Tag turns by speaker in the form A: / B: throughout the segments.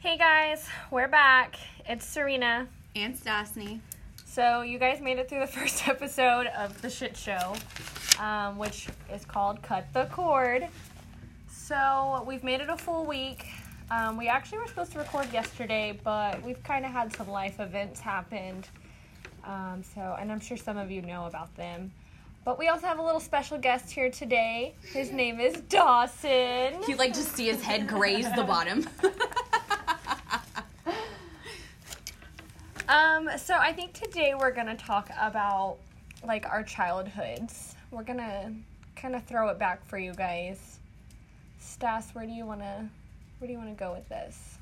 A: Hey guys, we're back. It's Serena.
B: and Stasny.
A: So you guys made it through the first episode of the shit show, um, which is called "Cut the Cord." So we've made it a full week. Um, we actually were supposed to record yesterday, but we've kind of had some life events happen. Um, so, and I'm sure some of you know about them. But we also have a little special guest here today. His name is Dawson.
B: You'd like to see his head graze the bottom.
A: Um, so I think today we're gonna talk about like our childhoods. We're gonna kind of throw it back for you guys. Stas, where do you wanna where do you wanna go with this?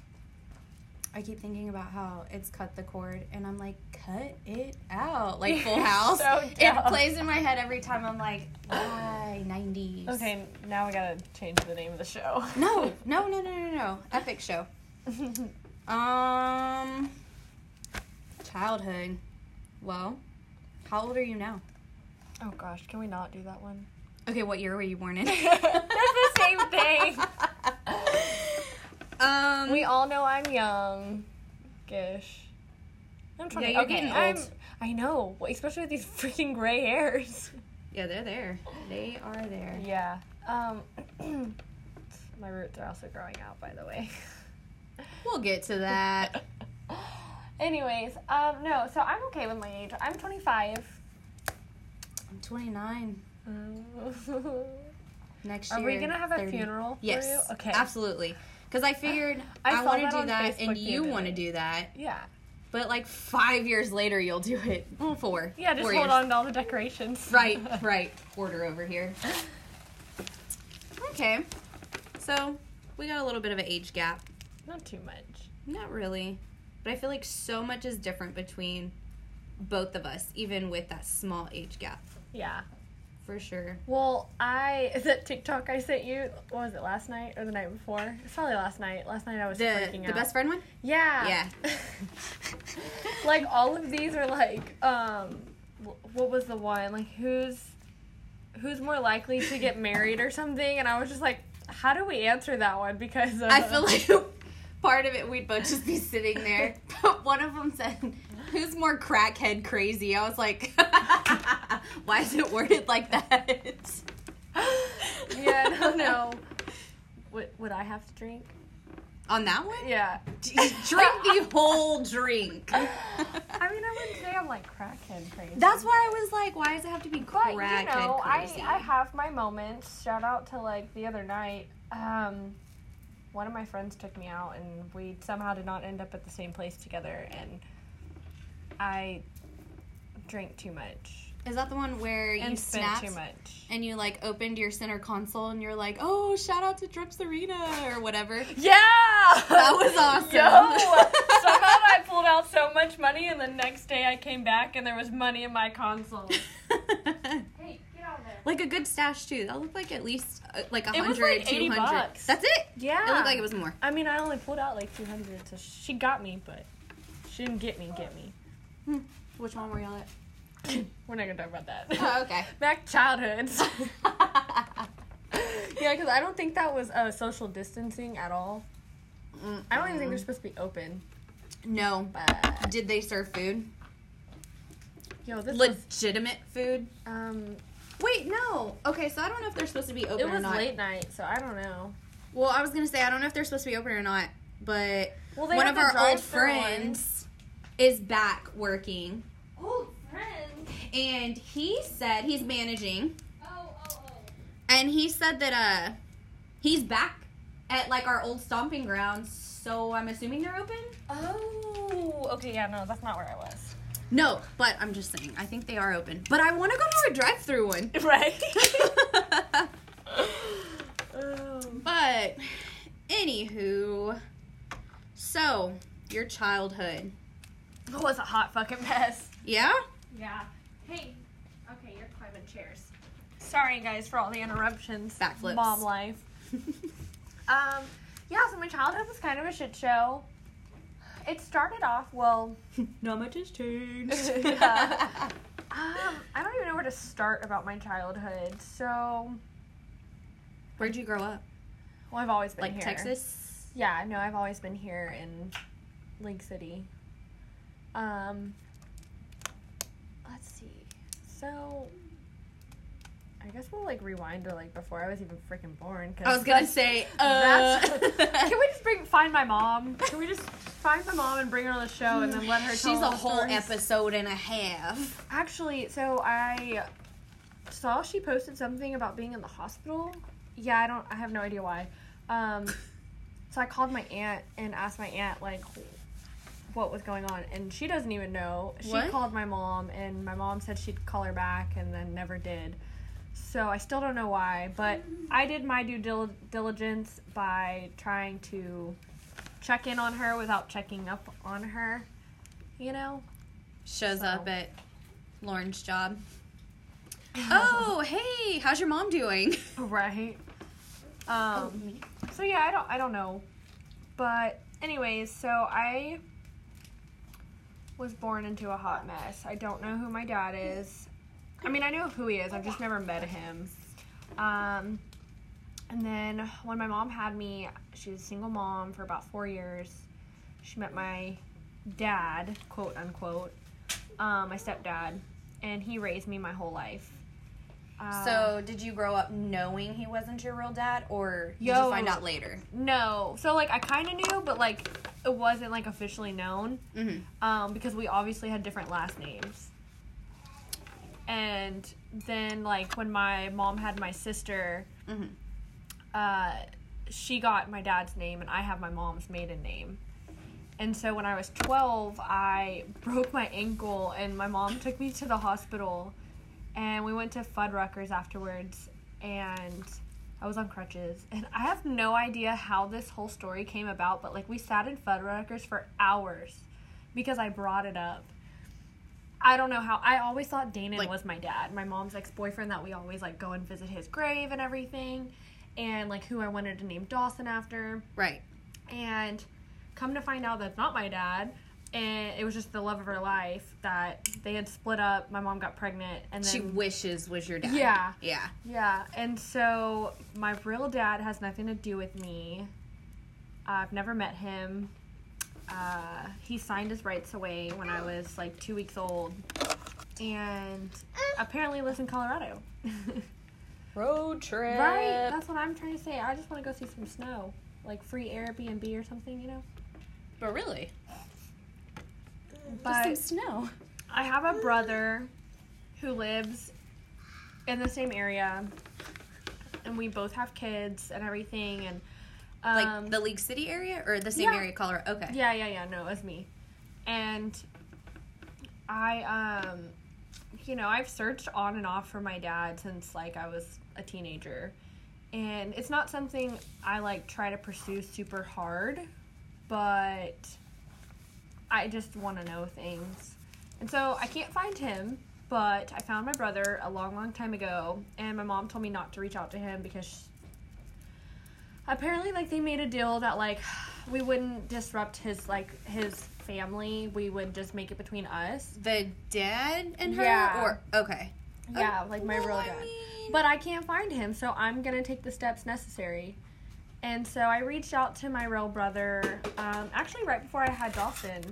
B: I keep thinking about how it's cut the cord, and I'm like, cut it out, like Full House.
A: So
B: it
A: dumb.
B: plays in my head every time. I'm like, why '90s?
A: Okay, now we gotta change the name of the show.
B: No, no, no, no, no, no. Epic show. Um, childhood. Well, how old are you now?
A: oh gosh, can we not do that one?
B: Okay, what year were you born in?
A: That's the same thing.
B: Um,
A: We all know I'm young. Gish. I'm trying.
B: you're
A: okay,
B: getting old.
A: I'm, I know, especially with these freaking gray hairs.
B: yeah, they're there. They are there.
A: Yeah. Um, my roots are also growing out, by the way.
B: We'll get to that.
A: Anyways, um, no, so I'm okay with my age. I'm 25.
B: I'm 29 next
A: are
B: year.
A: we gonna have a
B: 30.
A: funeral?
B: Yes.
A: For you? Okay.
B: Absolutely. Because I figured
A: I
B: I,
A: saw
B: want to
A: that
B: do
A: on
B: that, and
A: Facebook
B: you
A: the other
B: want to
A: day.
B: do that,
A: Yeah.
B: but like five years later, you'll do it. Four.
A: Yeah. Just
B: Four
A: hold
B: years.
A: on to all the decorations.
B: Right, right. Order over here. Okay. So we got a little bit of an age gap.
A: Not too much.
B: Not really, but I feel like so much is different between both of us, even with that small age gap,
A: Yeah.
B: for sure.
A: Well, I that TikTok I sent you. What was it last night or the night before? It's probably last night. Last night I was
B: The
A: freaking
B: the
A: out.
B: best friend one.
A: Yeah. like all of these are like um wh- what was the one like who's who's more likely to get married or something and i was just like how do we answer that one because uh,
B: I feel like part of it we'd both just be sitting there. But one of them said, "Who's more crackhead crazy?" I was like, "Why is it worded like that?"
A: yeah i don't know would, would i have to drink
B: On that one,
A: yeah
B: drink the whole drink.
A: i mean i wouldn't say i'm like crackhead crazy
B: That's why I was like, "Why does it have to be
A: But
B: crackhead
A: you know, I,
B: crazy?"
A: I have my moments. Shout out to like the other night. Um, one of my friends took me out, and we somehow did not end up at the same place together. And I drank too much
B: Is that the one where you
A: and spent
B: snapped
A: too much.
B: and you like opened your center console and you're like, "Oh, shout out to Drip Serena or whatever."
A: Yeah, that
B: was awesome.
A: Yo, somehow I pulled out so much money, and the next day I came back, and there was money in my console. Hey, get out of there.
B: like a good stash too. That looked like at least uh, like a
A: It was
B: hundred,
A: like 80
B: two hundred.
A: bucks.
B: That's it.
A: Yeah,
B: It looked like it was more.
A: I mean, I only pulled out like 200, so she got me, but she didn't get me, get me.
B: Which one were y'all at?
A: We're not gonna talk about that.
B: Oh, okay.
A: Back to childhoods. yeah, because I don't think that was uh, social distancing at all.
B: Mm,
A: I don't even think they're supposed to be open.
B: no.
A: But
B: Did they serve food?
A: yo, this was
B: Legitimate food?
A: um,
B: Wait, no. Okay, so I don't know if they're supposed to be open
A: it
B: or
A: was
B: not.
A: late night, so I don't know.
B: Well, I was gonna say I don't know if they're supposed to be open or not, but
A: Well,
B: one
A: have
B: of
A: the
B: our old
A: drive-thru ones.
B: friends is back working,
C: Old friend.
B: and he said he's managing.
C: Oh, oh, oh.
B: And he said that uh he's back at like our old stomping grounds, so I'm assuming they're open?
A: Oh, okay, yeah, no, that's not where I was.
B: No, but I'm just saying, I think they are open. But I wanna go to a drive through one.
A: Right. oh.
B: but anywho. So, your childhood.
A: That was a hot fucking mess.
B: Yeah?
C: Yeah. Hey. Okay, you're climbing chairs.
A: Sorry, guys, for all the interruptions.
B: Backflips.
A: Mom life. Um, yeah, so my childhood was kind of a shit show. It started off, well,
B: Not much has changed.
A: Yeah. um, I don't even know where to start about my childhood. So,
B: Where'd you grow up?
A: well, I've always been
B: Like
A: here.
B: Texas?
A: Yeah, no, I've always been here in Lake City. Um, let's see. So, I guess we'll like rewind to like before I was even freaking born. Cause
B: I was gonna say, uh,
A: That's- can we just bring find my mom? Can we just find my mom and bring her on the show and then let her? tell
B: She's a
A: all the
B: whole
A: stories?
B: episode and a half.
A: Actually, so I saw she posted something about being in the hospital. Yeah, I don't. I have no idea why. Um, so I called my aunt and asked my aunt like what was going on, and she doesn't even know. She
B: What?
A: called my mom, and my mom said she'd call her back, and then never did. So I still don't know why, but I did my due dil- diligence by trying to check in on her without checking up on her. You know.
B: Shows
A: So.
B: up at Lauren's job. Oh, hey, how's your mom doing?
A: Right. Um. So yeah, I don't. I don't know. But anyways, so I was born into a hot mess. I don't know who my dad is. I mean, I know who he is. I've just never met him. Um. And then when my mom had me, she was a single mom for about four years. She met my dad, quote unquote, um, my stepdad, and he raised me my whole life. Uh,
B: So, did you grow up knowing he wasn't your real dad, or did
A: Yo.
B: you find out later?
A: No. So like I kind of knew, but like it wasn't like officially known
B: Mm-hmm.
A: um, because we obviously had different last names. And then like when my mom had my sister,
B: Mhm.
A: Mm-hmm. uh, she got my dad's name and I have my mom's maiden name. And so when I was 12, I broke my ankle and my mom took me to the hospital and we went to Fuddruckers afterwards and I was on crutches and I have no idea how this whole story came about but like we sat in Fuddruckers for hours because I brought it up. I don't know how I always thought Danon
B: Like-
A: was my dad, my mom's ex-boyfriend that we always like go and visit his grave and everything and like who I wanted to name Dawson after
B: Right.
A: and come to find out that's not my dad and it was just the love of her life that they had split up my mom got pregnant and then
B: she wishes was your dad.
A: Yeah.
B: Yeah.
A: yeah and so my real dad has nothing to do with me i've never met him uh, he signed his rights away when i was like two weeks old and apparently lives in colorado
B: Road trip.
A: right that's what i'm trying to say i just want to go see some snow like free airbnb or something you know
B: But really,
A: but
B: just some snow.
A: I have a brother who lives in the same area, and we both have kids and everything. And
B: Like
A: um,
B: the League City area or the same
A: yeah.
B: area, Colorado. Okay.
A: yeah, yeah, yeah. No, it was me. And I, um, you know, I've searched on and off for my dad since like I was a teenager. And it's not something I like try to pursue super hard, but I just want to know things. And so I can't find him, but I found my brother a long, long time ago, and my mom told me not to reach out to him because apparently like they made a deal that like we wouldn't disrupt his like his family we would just make it between us
B: The dad and her,
A: Yeah.
B: or okay.
A: yeah like my
B: Oh, well,
A: real
B: I
A: dad
B: mean-
A: but i can't find him so i'm gonna take the steps necessary and so i reached out to my real brother um, actually right before i had dawson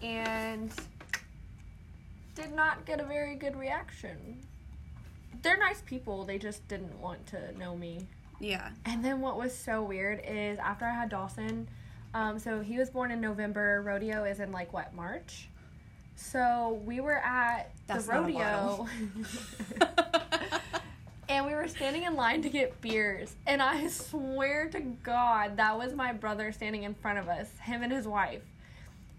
A: and did not get a very good reaction they're nice people they just didn't want to know me
B: Yeah.
A: And then what was so weird is after I had Dawson, um, so he was born in November. Rodeo is in like what March. So we were at
B: That's
A: the
B: not a
A: rodeo,
B: bottle.
A: and we were standing in line to get beers. And I swear to God, that was my brother standing in front of us, him and his wife.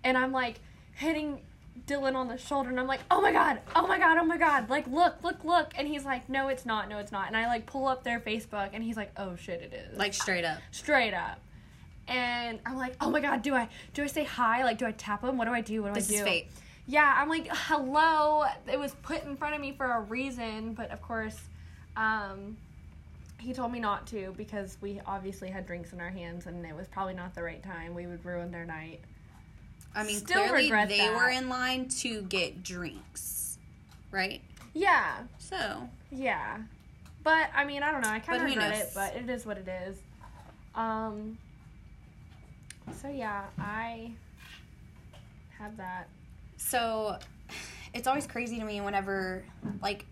A: And I'm like hitting Dylan on the shoulder, and I'm like, "Oh my God! Oh my God! Oh my God! Like, look, look, look!" And he's like, "No, it's not. No, it's not." And I like pull up their Facebook, and he's like, "Oh shit, it is."
B: like straight up.
A: straight up. And I'm like, oh my god, do I do I say hi? Like, do I tap him? What do I do? What do
B: This
A: I do?
B: is fate.
A: Yeah, I'm like, hello. It was put in front of me for a reason, but of course, um, he told me not to because we obviously had drinks in our hands and it was probably not the right time. We would ruin their night.
B: I mean,
A: Still
B: clearly
A: regret
B: they
A: that.
B: were in line to get drinks, right?
A: Yeah,
B: So
A: yeah. But I mean, I don't know. I kind of
B: But who
A: regret
B: knows?
A: it, but it is what it is. Um, So yeah, I had that.
B: So it's always crazy to me whenever like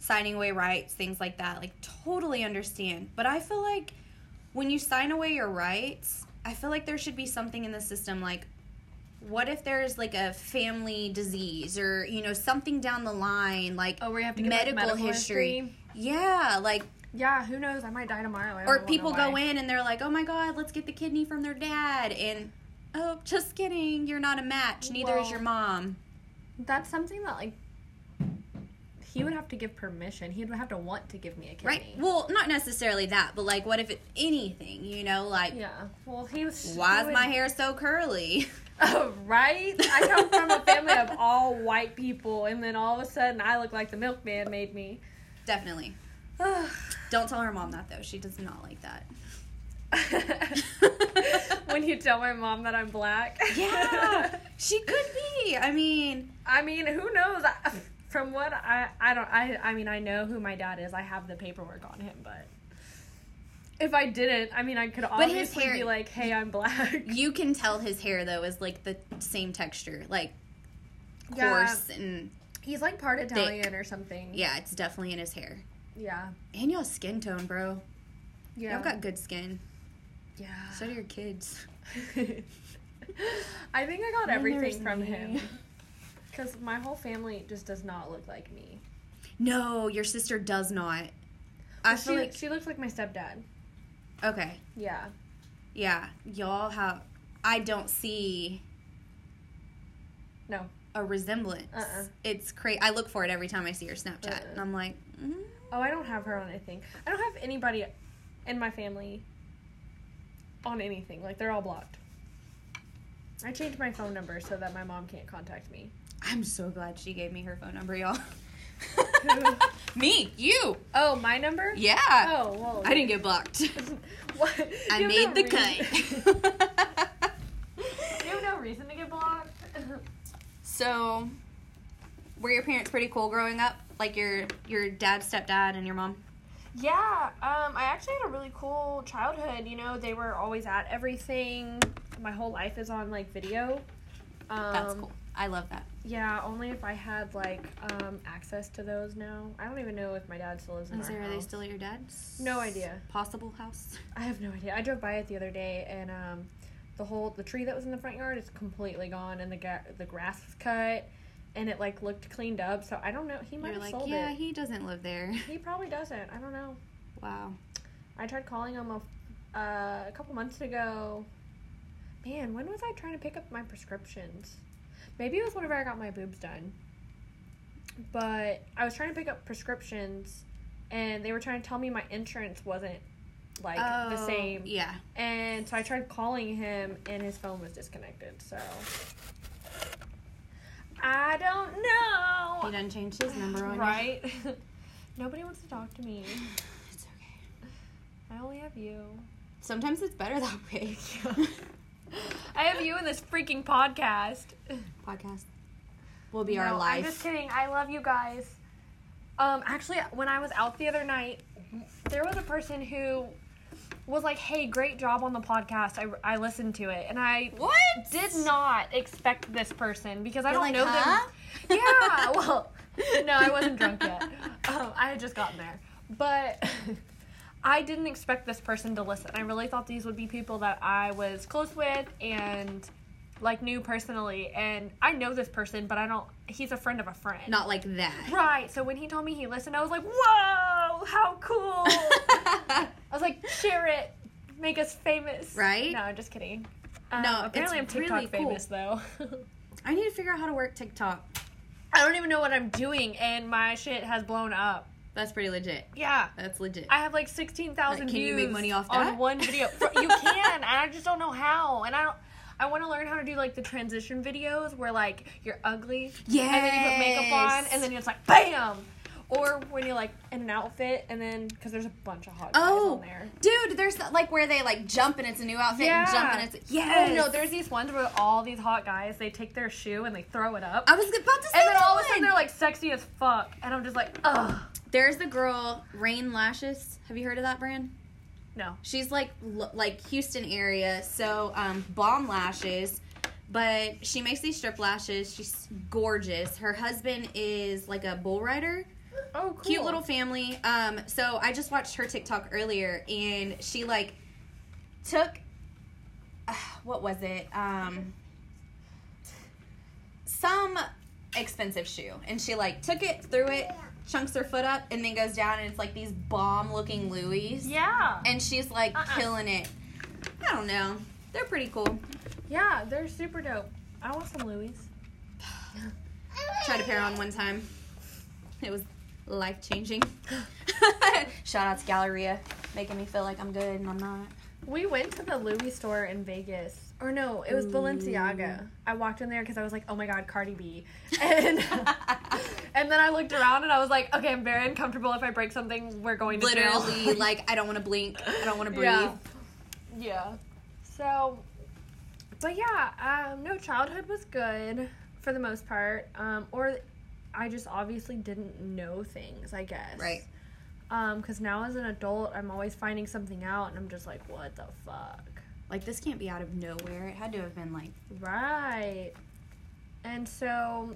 B: signing away rights, things like that, like totally understand. But I feel like when you sign away your rights, I feel like there should be something in the system like what if there's like a family disease or you know something down the line like
A: Oh, we have to get like, medical history?
B: Yeah, like
A: Yeah, who knows? I might die tomorrow. I
B: or
A: don't
B: people
A: know
B: go
A: why.
B: in and they're like, "Oh my god, let's get the kidney from their dad." And oh, just kidding, you're not a match. Neither is
A: Well,
B: your mom.
A: That's something that like he would have to give permission. He would have to want to give me a kidney.
B: Right. Well, not necessarily that, but like, what if it anything? You know, like,
A: Yeah. Well, he was.
B: why
A: he
B: is
A: would-
B: my hair so curly?
A: Oh, right? I come from a family of all white people, and then all of a sudden I look like the milkman made me.
B: Definitely. Don't tell her mom that though. She does not like that.
A: when you tell my mom that I'm black.
B: Yeah, she could be. I mean,
A: I mean, who knows? I, from what I, I don't, I, I mean, I know who my dad is. I have the paperwork on him, but if I didn't, I mean, I could
B: his
A: obviously
B: hair-
A: be like, hey, I'm black.
B: you can tell his hair though is like the same texture, like
A: Yeah.
B: coarse and
A: He's like part Italian or something.
B: yeah, it's definitely in his hair.
A: Yeah.
B: And y'all skin tone, bro.
A: Yeah.
B: Y'all got good skin.
A: yeah.
B: So do your kids.
A: I think I got everything
B: there's
A: from
B: me.
A: him. Because my whole family just does not look like me.
B: No, your sister does not. I
A: she,
B: feel like
A: she looks like my stepdad.
B: okay.
A: Yeah.
B: Yeah, y'all have. I don't see
A: No.
B: a resemblance.
A: Uh-uh.
B: It's crazy. I look for it every time I see your Snapchat,
A: Uh-uh.
B: and I'm like, mm.
A: Oh, I don't have her on anything. I don't have anybody in my family on anything. Like, they're all blocked. I changed my phone number so that my mom can't contact me.
B: I'm so glad she gave me her phone number, y'all.
A: Who?
B: me, you,
A: Oh, my number?
B: yeah.
A: Oh, well.
B: I didn't get blocked.
A: What?
B: I
A: You
B: made
A: have
B: the
A: no reason-
B: cut.
A: you have no reason to get blocked.
B: so, were your parents pretty cool growing up? Like your your dad, stepdad, and your mom?
A: Yeah, um, I actually had a really cool childhood. You know, they were always at everything. My whole life is on like video. Um,
B: That's cool. I love that.
A: Yeah, only if I had like um, access to those now. I don't even know if my dad still lives in
B: Is
A: our
B: there, are they
A: house.
B: still at your dad's?
A: No idea.
B: Possible house.
A: I have no idea. I drove by it the other day, and um, the whole the tree that was in the front yard is completely gone, and the ga- the grass was cut, and it like looked cleaned up. So I don't know. He might
B: You're
A: have
B: like,
A: sold
B: yeah,
A: it.
B: he doesn't live there.
A: He probably doesn't. I don't know.
B: Wow.
A: I tried calling him a, f- uh, a couple months ago. Man, when was I trying to pick up my prescriptions? Maybe it was whenever I got my boobs done. But I was trying to pick up prescriptions, and they were trying to tell me my insurance wasn't like the same.
B: Oh, Yeah.
A: And so I tried calling him, and his phone was disconnected. So I don't
B: He
A: know.
B: done changed his number on you.
A: Right? Nobody wants to talk to me.
B: It's okay.
A: I only have you.
B: Sometimes it's better that way.
A: I have you in this freaking podcast.
B: Podcast will be our
A: No,
B: life.
A: I'm just kidding. I love you guys. Um, actually, when I was out the other night, there was a person who was like, "Hey, great job on the podcast. I, I listened to it, and I
B: What?
A: did not expect this person because I
B: You're
A: don't
B: like,
A: know
B: huh?
A: them. Yeah. Well, no, I wasn't drunk yet. Um, I had just gotten there, but. I didn't expect this person to listen. I really thought these would be people that I was close with and like knew personally. And I know this person, but I don't. He's a friend of a friend.
B: Not like that.
A: Right. So when he told me he listened, I was like, "Whoa, how cool!" I was like, "Share it, make us famous."
B: Right?
A: No, I'm just kidding. Um,
B: No,
A: apparently I'm
B: it's
A: TikTok
B: really cool.
A: famous though.
B: I need to figure out how to work TikTok.
A: I don't even know what I'm doing, and my shit has blown up.
B: That's pretty legit.
A: Yeah.
B: That's legit.
A: I have like sixteen thousand
B: Like, can
A: views.
B: you make money off
A: on
B: that?
A: one video? For- you can, and I just don't know how. And I don't. I want to learn how to do like the transition videos where like you're ugly,
B: yes.
A: and then you put makeup on, and then it's like bam. Or when you're like in an outfit, and then because there's a bunch of hot guys
B: Oh.
A: on there.
B: Dude, there's like where they like jump and it's a new outfit and jump and it's
A: Yeah.
B: yes.
A: Oh no, there's these ones where all these hot guys they take their shoe and they throw it up,
B: I was about to say
A: and then all of a
B: that
A: sudden
B: one.
A: they're like sexy as fuck, and I'm just like, ugh.
B: There's the girl Rain Lashes. Have you heard of that brand?
A: No.
B: She's like lo- like Houston area, so um, bomb lashes. But she makes these strip lashes. She's gorgeous. Her husband is like a bull rider.
A: Oh, cool.
B: Cute little family. Um, so I just watched her TikTok earlier, and she like took uh, what was it? Um, some expensive shoe, and she like took it, threw it, chunks her foot up, and then goes down, and it's like these bomb looking Louis
A: Yeah.
B: and she's like
A: Uh-uh.
B: killing it. I don't know. They're pretty cool.
A: Yeah, they're super dope. I want some Louis.
B: Tried a pair on one time. It was life changing. Shout out to Galleria, making me feel like I'm good and I'm not.
A: We went to the Louis store in Vegas. Or no, it was Balenciaga. I walked in there because I was like, oh my god, Cardi B. And and then I looked around and I was like, okay, I'm very uncomfortable. If I break something, we're going to jail.
B: Literally, like I don't want to blink. I don't want to breathe.
A: Yeah. Yeah. So, but yeah, um, no, childhood was good for the most part. Um, or I just obviously didn't know things, I guess.
B: Right.
A: Because now as an adult, I'm always finding something out and I'm just like, what the fuck?
B: Like this can't be out of nowhere. It had to have been like
A: Right. And so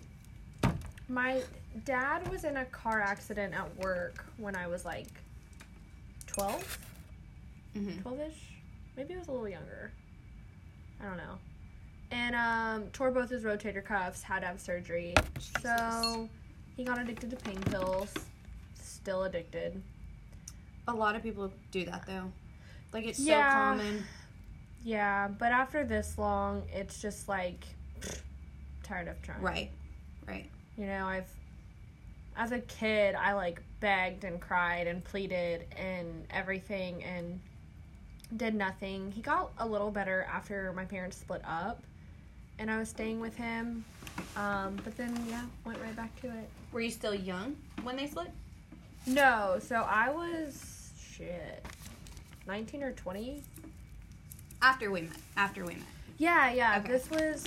A: my dad was in a car accident at work when I was like 12,
B: mhm.
A: 12 ish. Maybe I was a little younger. I don't know. And um, tore both his rotator cuffs, had to have surgery. So he got addicted to pain pills. Still addicted.
B: a lot of people do that though. Like it's
A: Yeah.
B: so common.
A: Yeah, but after this long, it's just like tired of trying.
B: Right. Right.
A: You know, I've as a kid, I like begged and cried and pleaded and everything and did nothing. He got a little better after my parents split up and I was staying with him. Um, but then yeah, went right back to it.
B: Were you still young when they split?
A: No, so I was shit. 19 or 20?
B: After we met. After we met.
A: Yeah, yeah.
B: Okay.
A: This was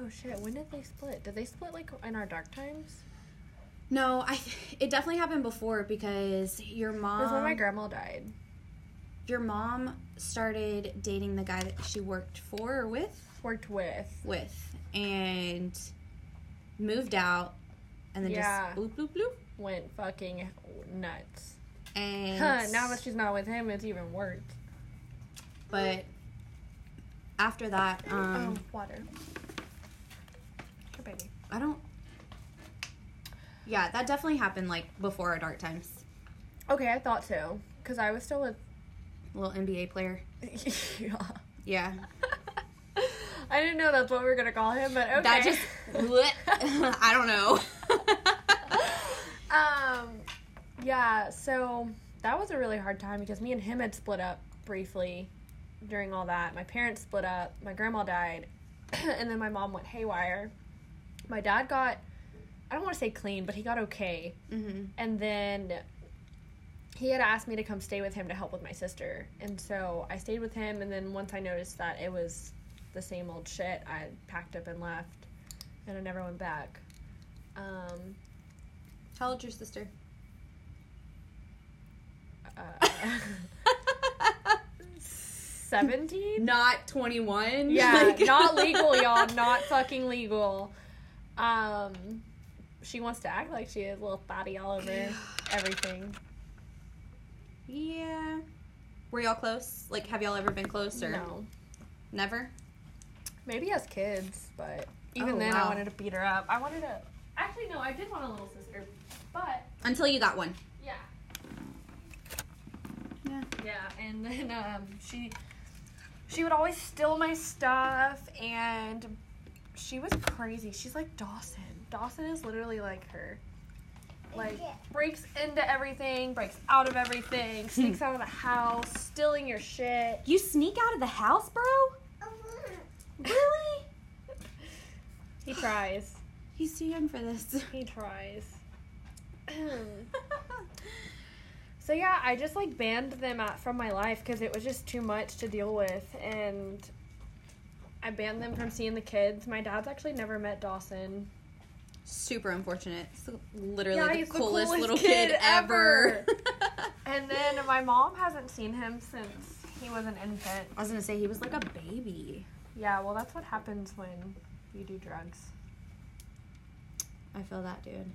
A: Oh shit, when did they split? Did they split like in our dark times?
B: No, I. It definitely happened before because your
A: It was when my
B: mom,
A: grandma died.
B: your mom started dating the guy that she worked for or with,
A: worked with.
B: with, and moved out, and then
A: Yeah.
B: just bloop bloop bloop,
A: Went fucking nuts.
B: and
A: Huh, now that she's not with him, it's even worse.
B: but after that, um,
A: oh, water. Here, baby.
B: I don't. Yeah, that definitely happened like before our dark times.
A: Okay, I thought so. Because I was still with.
B: Little NBA player.
A: yeah.
B: Yeah,
A: I didn't know that's what we were going to call him, but okay.
B: that just. I don't know.
A: um, yeah, so that was a really hard time because me and him had split up briefly during all that. My parents split up, my grandma died, and then my mom went haywire. My dad got, I don't want to say clean, but he got okay.
B: mm-hmm.
A: And then he had asked me to come stay with him to help with my sister. And so I stayed with him. And then once I noticed that it was the same old shit, I packed up and left. And I never went back. Um,
B: How old's your sister?
A: uh, 17?
B: not 21.
A: Yeah,
B: Like-
A: not legal, y'all. Not fucking legal. Um, she wants to act like she is a little fatty all over everything.
B: Yeah. Were y'all close? Like, have y'all ever been close or
A: No.
B: never?
A: Maybe as kids, but even
B: Oh,
A: then, I
B: wow.
A: wanted to beat her up. I wanted to. Actually, no, I did want a little sister, but
B: Until you got one.
A: yeah,
B: Yeah.
A: yeah, and then um, she she would always steal my stuff, and she was crazy. She's like Dawson. Dawson is literally like her. Like breaks into everything, breaks out of everything, sneaks out of the house, stealing your shit.
B: You sneak out of the house, bro? Really?
A: He tries.
B: He's too young for this.
A: He tries. So yeah, I just like banned them out from my life because it was just too much to deal with, and I banned them from seeing the kids. My dad's actually never met Dawson.
B: Super unfortunate. It's literally
A: Yeah,
B: the,
A: he's the
B: coolest
A: coolest
B: little
A: kid
B: kid, ever.
A: And then my mom hasn't seen him since he was an infant.
B: I was gonna say he was like a baby.
A: Yeah, well, that's what happens when you do drugs.
B: I feel that, dude.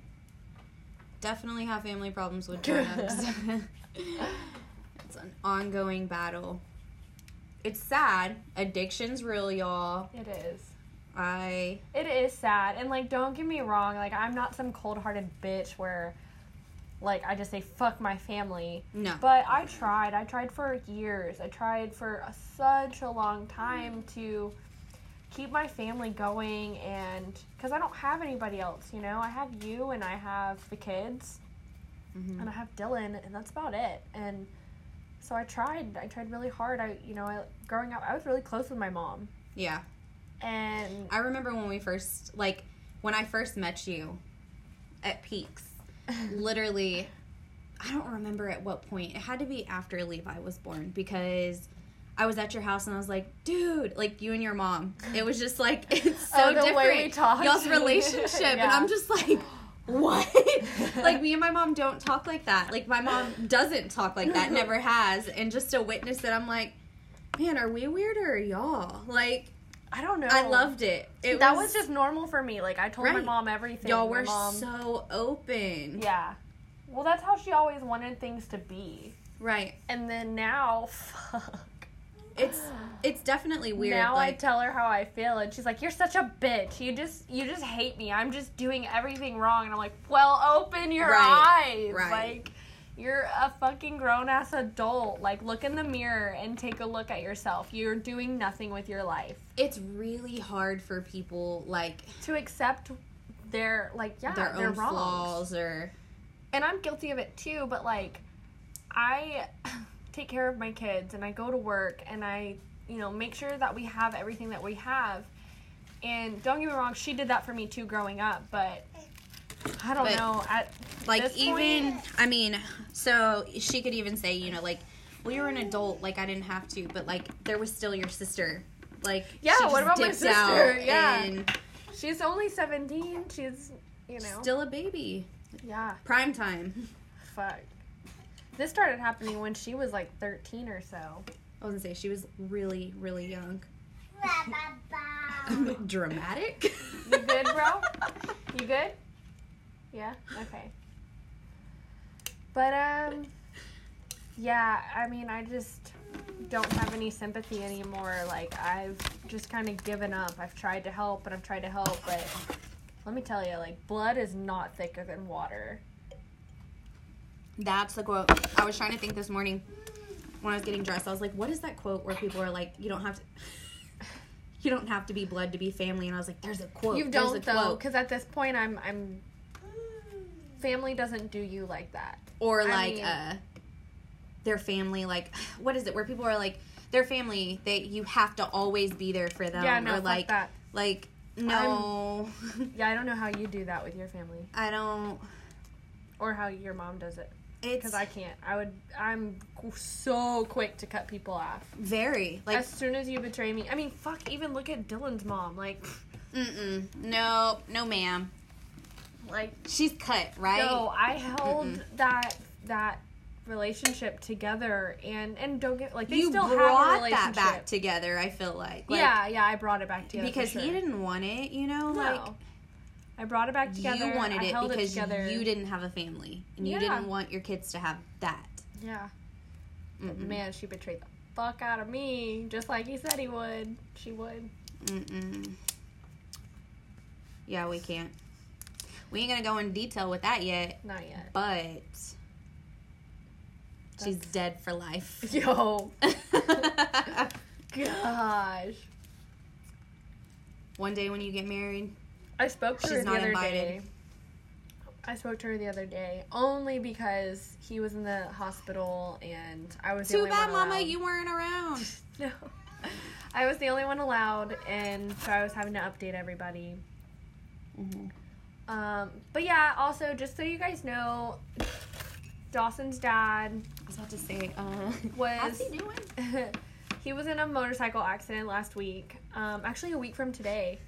B: Definitely have family problems with drugs. it's an ongoing battle. It's sad. Addiction's real, y'all.
A: It is.
B: I
A: It is sad. And, like, don't get me wrong. Like, I'm not some cold hearted bitch where, like, I just say, fuck my family.
B: no.
A: But I tried. I tried for years. I tried for a, such a long time to keep my family going and because I don't have anybody else, you know? I have you and I have the kids
B: Mhm.
A: and I have Dylan and that's about it. And so I tried. I tried really hard. I, you know, I, growing up, I was really close with my mom.
B: Yeah.
A: And
B: I remember when we first like when I first met you at Peaks. Literally I don't remember at what point. It had to be after Levi was born because I was at your house and I was like, dude, like you and your mom. It was just like it's so
A: Oh, the way
B: different.
A: we talked.
B: Y'all's relationship, and
A: Yeah.
B: I'm just like, what? like me and my mom don't talk like that. Like my mom doesn't talk like that. Never has. And just to witness it, I'm like, man, are we weird or are y'all? Like
A: I don't know.
B: I loved it. It
A: that was, just normal for me. Like I told my
B: Right.
A: mom everything.
B: y'all
A: My
B: were
A: mom,
B: so open.
A: Yeah. Well, that's how she always wanted things to be.
B: Right.
A: And then now, fuck.
B: It's it's definitely weird.
A: now I
B: like
A: tell her how I feel, and she's like, "You're such a bitch. You just, you just hate me. I'm just doing everything wrong." And I'm like, "Well, open your
B: Right,
A: eyes.
B: right.
A: Like, you're a fucking grown ass adult. Like, look in the mirror and take a look at yourself. You're doing nothing with your life
B: it's really hard for people like
A: to accept their like, yeah,
B: their
A: they're
B: own
A: wrong.
B: flaws or
A: and I'm guilty of it too, but like I take care of my kids and I go to work and I, you know, make sure that we have everything that we have. And don't get me wrong, she did that for me too growing up, but I don't
B: But,
A: know. At
B: like
A: this point-
B: even I mean, so she could even say, you know, like well you're an adult, like I didn't have to, but like there was still your sister. Like
A: Yeah,
B: she
A: what
B: just
A: about my
B: dipped
A: sister?
B: out
A: Yeah.
B: and
A: she's only 17, she's, you know.
B: still a baby.
A: yeah,
B: Prime time.
A: fuck. This started happening when she was like 13 or so.
B: I was gonna say she was really, really young.
C: Ba-ba-ba.
B: Dramatic.
A: You good, bro? You good? Yeah? Okay. But, um, yeah, I mean, I just don't have any sympathy anymore. Like, I've just kind of given up. I've tried to help and I've tried to help, but let me tell you, like, blood is not thicker than water.
B: That's the quote. I was trying to think this morning when I was getting dressed. I was like, what is that quote where people are like, you don't have to. You don't have to be blood to be family, and I was like, "There's a quote."
A: You
B: there's a
A: don't, though,
B: quote."
A: because at this point, I'm, I'm, family doesn't do you like that.
B: or
A: I
B: like
A: mean-
B: uh, their family. Like, what is it? Where people are like, their family. They you have to always be there for them.
A: yeah, no,
B: or
A: fuck
B: like,
A: that.
B: like no,
A: Yeah, I don't know how you do that with your family
B: I don't.
A: or how your mom does it.
B: It's
A: because I can't. I would. I'm qu- so quick to cut people off
B: very like
A: as soon as you betray me. I mean, fuck. Even look at Dylan's mom. Like,
B: mm-mm, no, no, ma'am.
A: like
B: She's cut right.
A: no. I held that that relationship together, and and don't get like they
B: you
A: still have a
B: brought
A: relationship.
B: that back together. I feel like, like
A: yeah, yeah. I brought it back together for
B: because
A: sure.
B: he didn't want it. You know,
A: No.
B: like
A: I brought it back together.
B: you wanted
A: I
B: it
A: held
B: because
A: it together.
B: you didn't have a family and you
A: Yeah.
B: didn't want your kids to have that.
A: Yeah. But
B: Mm-mm.
A: man, she betrayed the fuck out of me, just like he said he would. She would.
B: Mm-mm. Yeah, we can't. We ain't gonna go in detail with that yet,
A: Not yet.
B: but she's dead for life.
A: Yo, gosh.
B: One day when you get married,
A: I spoke to her
B: She's
A: the
B: not
A: other day.
B: invited.
A: I spoke to her the other day only because he was in the hospital and I was the
B: too
A: only
B: bad,
A: one
B: Mama,
A: allowed.
B: you weren't around.
A: no. I was the only one allowed, and so I was having to update everybody. Mm-hmm. Um, but yeah, also just so you guys know, Dawson's dad
B: I was about to say, uh,
A: Was-
B: how's he doing?
A: he was in a motorcycle accident last week. Um, actually, a week from today.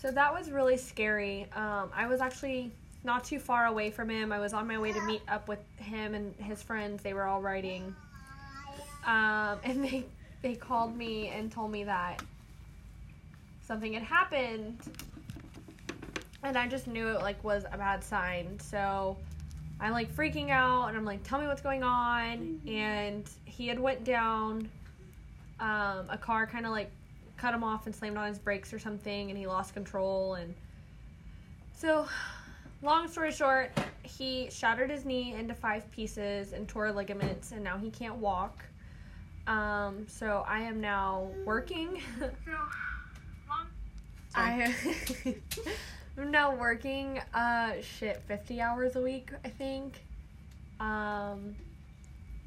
A: So that was really scary. Um, I was actually not too far away from him. I was on my way to meet up with him and his friends. They were all riding, um, and they they called me and told me that something had happened, and I just knew it like was a bad sign. So I'm like freaking out, and I'm like, "Tell me what's going on." And he had went down. Um, a car kind of like cut him off and slammed on his brakes or something, and he lost control and so, long story short, he shattered his knee into five pieces and tore ligaments, and now he can't walk. Um, so I am now working.
C: So, long.
A: I am now working. Uh, shit, fifty hours a week, I think. Um,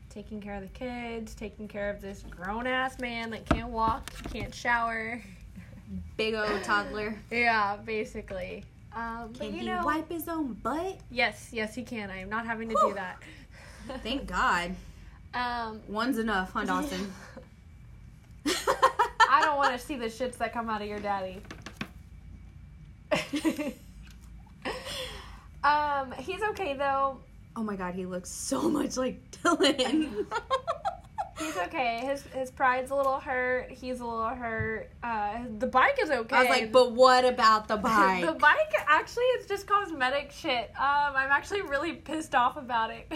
A: taking care of the kids, taking care of this grown ass man that can't walk, can't shower.
B: Big old toddler.
A: Yeah, basically. Um, but
B: Can
A: you
B: he
A: know,
B: wipe his own butt?
A: Yes, yes, he can. I am not having to do
B: Whew.
A: that.
B: Thank God.
A: Um,
B: One's enough, huh, Dawson?
A: I don't want to see the shits that come out of your daddy. um, he's okay though.
B: Oh my God, he looks so much like Dylan.
A: He's okay. His his pride's a little hurt. He's a little hurt. Uh, the bike is okay.
B: I was like, but what about the bike?
A: the bike actually it's just cosmetic shit. Um, I'm actually really pissed off about it.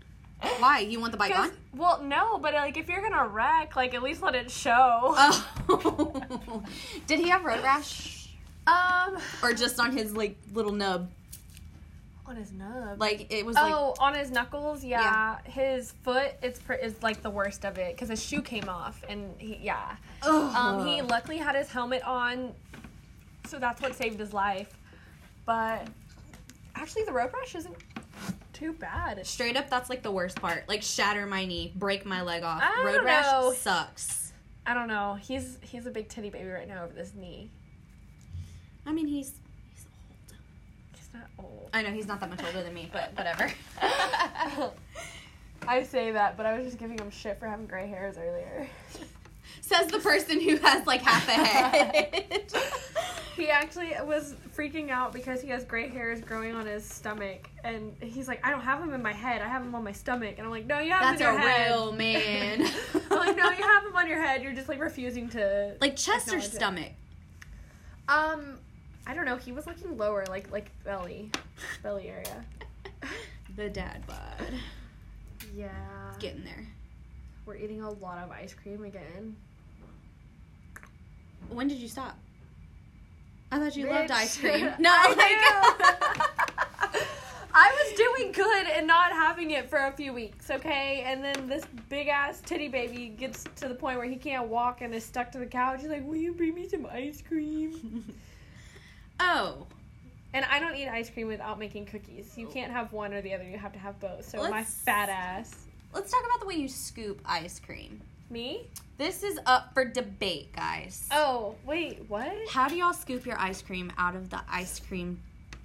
B: Why? You want the bike
A: 'Cause-
B: on?
A: well, no, but like if you're gonna wreck, like at least let it show.
B: Uh, Oh. Did he have road rash?
A: um,
B: Or just on his like little nub?
A: on his nub.
B: Like it was like
A: Oh, on his knuckles, yeah. His foot it's pr- is like the worst of it because his shoe came off, and he, yeah. Um,
B: ugh.
A: he luckily had his helmet on, so that's what saved his life. But actually, the road rash isn't too bad. It's,
B: straight up that's like the worst part. Like shatter my knee, break my leg off.
A: I
B: road
A: don't
B: rash
A: know.
B: sucks.
A: I don't know. He's he's a big titty baby right now over this knee.
B: I mean he's he's old.
A: He's not old.
B: I know he's not that much older than me, but whatever.
A: I say that, but I was just giving him shit for having gray hairs earlier.
B: Says the person who has like half a head.
A: He actually was freaking out because he has gray hairs growing on his stomach, and he's like, "I don't have them in my head. I have them on my stomach." And I'm like, "No, you have
B: That's
A: them in
B: a
A: your head."
B: real man.
A: I'm like, "No, you have them on your head. You're just like refusing to."
B: Like Chester's
A: Acknowledge it.
B: stomach.
A: Um, I don't know. He was looking lower, like like belly, belly area.
B: The dad bod.
A: Yeah.
B: Getting there.
A: We're eating a lot of ice cream again.
B: When did you stop? I thought you loved
A: Bitch.
B: ice cream. No,
A: I
B: like
A: do. I was doing good and not having it for a few weeks, okay? And then this big ass titty baby gets to the point where he can't walk and is stuck to the couch. He's like, Will you bring me some ice cream?
B: Oh,
A: And I don't eat ice cream without making cookies. You can't have one or the other, you have to have both. So my
B: Let's-
A: fat ass.
B: let's talk about the way you scoop ice cream.
A: Me?
B: This is up for debate, guys.
A: Oh, wait, what?
B: How do y'all scoop your ice cream out of the ice cream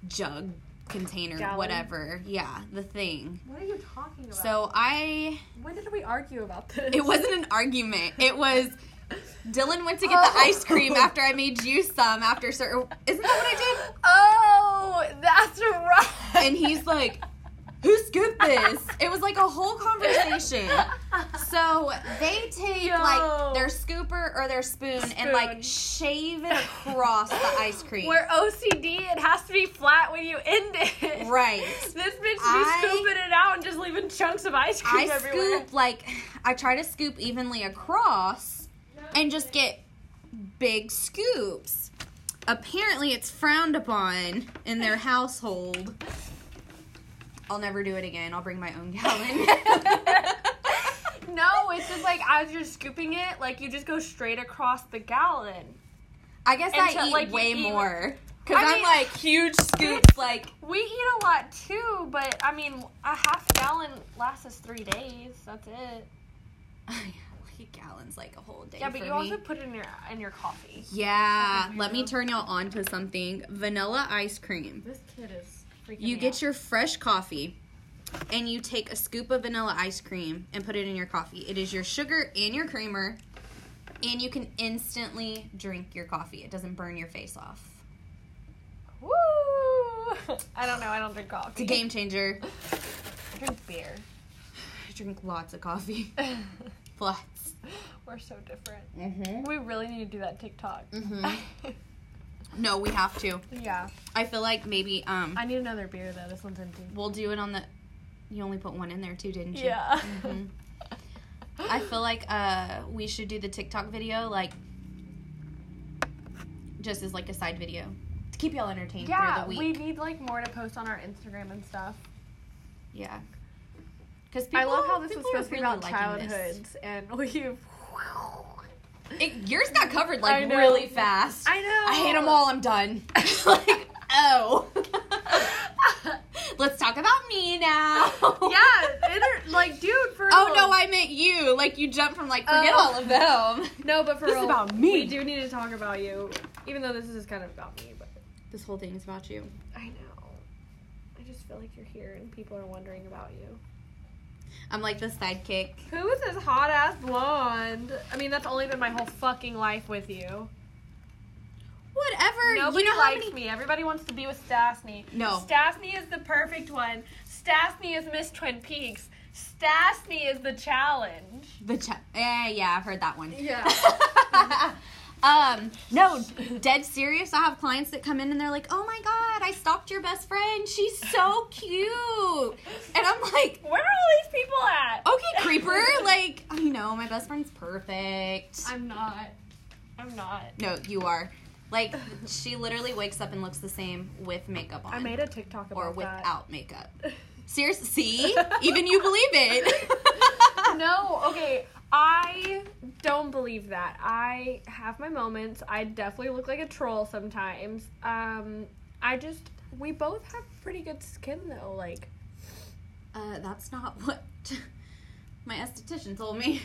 B: jug container,
A: Gallon?
B: whatever? Yeah, the thing.
A: What are you talking about?
B: So I
A: when did we argue about this?
B: It wasn't an argument. It was Dylan went to get
A: Oh.
B: the ice cream after I made you some after certain. Isn't that what
A: Oh, that's right.
B: I did? And he's like, "Who scooped this?" It was like a whole conversation. So they take
A: Yo.
B: like their scooper or their spoon, and like shave it across the ice cream.
A: Where OCD, it has to be flat when you end it.
B: right.
A: This bitch be
B: I-
A: scooping it out and just leaving chunks of ice cream
B: I
A: everywhere.
B: scoop like I try to scoop evenly across and just get big scoops. Apparently it's frowned upon in their household. I'll never do it again. I'll bring my own gallon.
A: No, it's just like as you're scooping it, like you just go straight across the gallon.
B: I guess
A: And
B: I
A: so,
B: eat
A: like, you
B: way
A: eat-
B: more cuz
A: I
B: I'm
A: mean-
B: like huge scoops like
A: We eat a lot too, but I mean, a half gallon lasts us three days. That's it.
B: like a gallon's like a whole day
A: Yeah, but
B: for
A: you
B: me.
A: also put it in your in your coffee.
B: yeah, let me turn y'all on to something. Vanilla ice cream.
A: This kid is freaking.
B: You get your fresh coffee and you take a scoop of vanilla ice cream and put it in your coffee. It is your sugar and your creamer, and you can instantly drink your coffee. It doesn't burn your face off.
A: Woo! I don't know. I don't drink coffee.
B: It's a game changer.
A: I drink beer.
B: I drink lots of coffee. Lots.
A: We're so different.
B: Mm-hmm.
A: We really need to do that TikTok.
B: Mhm. No, we have to.
A: yeah.
B: I feel like maybe um
A: I need another beer though. This one's empty.
B: we'll do it on the. You only put one in there too, didn't you?
A: Yeah.
B: Mhm. I feel like uh we should do the TikTok video like just as like a side video to keep y'all entertained
A: Yeah,
B: through the
A: we
B: week.
A: need like more to post on our Instagram and stuff.
B: yeah. Because
A: I love how this was
B: people
A: supposed to
B: are
A: be
B: really
A: about
B: liking this.
A: childhoods, and we've.
B: It, yours got covered
A: I
B: like
A: know.
B: really fast.
A: I know.
B: I hate them all. I'm done. like, oh. Let's talk about me now.
A: yeah, inter- like, dude, for
B: Oh
A: real.
B: no, I meant you. Like you jumped from like forget
A: Oh.
B: all of them.
A: no, but for
B: This is
A: real,
B: about me.
A: We do need to talk about you, even though this is kind of about me. But
B: This whole thing is about you.
A: I know, I just feel like you're here, and people are wondering about you.
B: I'm like the sidekick.
A: Who is this hot ass blonde? I mean, that's only been my whole fucking life with you.
B: Whatever.
A: Nobody
B: you know how
A: likes
B: many
A: me. Everybody wants to be with Stastny.
B: No.
A: Stastny is the perfect one. Stastny is Miss Twin Peaks. Stastny is the challenge.
B: the ch- eh, yeah, I've heard that one.
A: Yeah.
B: um, no, dead serious. I have clients that come in and they're like, "Oh my god, I stalked your best friend. She's so cute," and I'm like,
A: Where are all these people at?
B: "Okay, creeper. like, I know my best friend's perfect.
A: I'm not. I'm not.
B: no, you are. Like, she literally wakes up and looks the same with makeup on
A: I made a TikTok about
B: or
A: that.
B: without makeup. Seriously, see, even you believe it.
A: No, okay. I don't believe that. I have my moments. I definitely look like a troll sometimes. Um, I just we both have pretty good skin though. Like
B: Uh, that's not what my esthetician told me.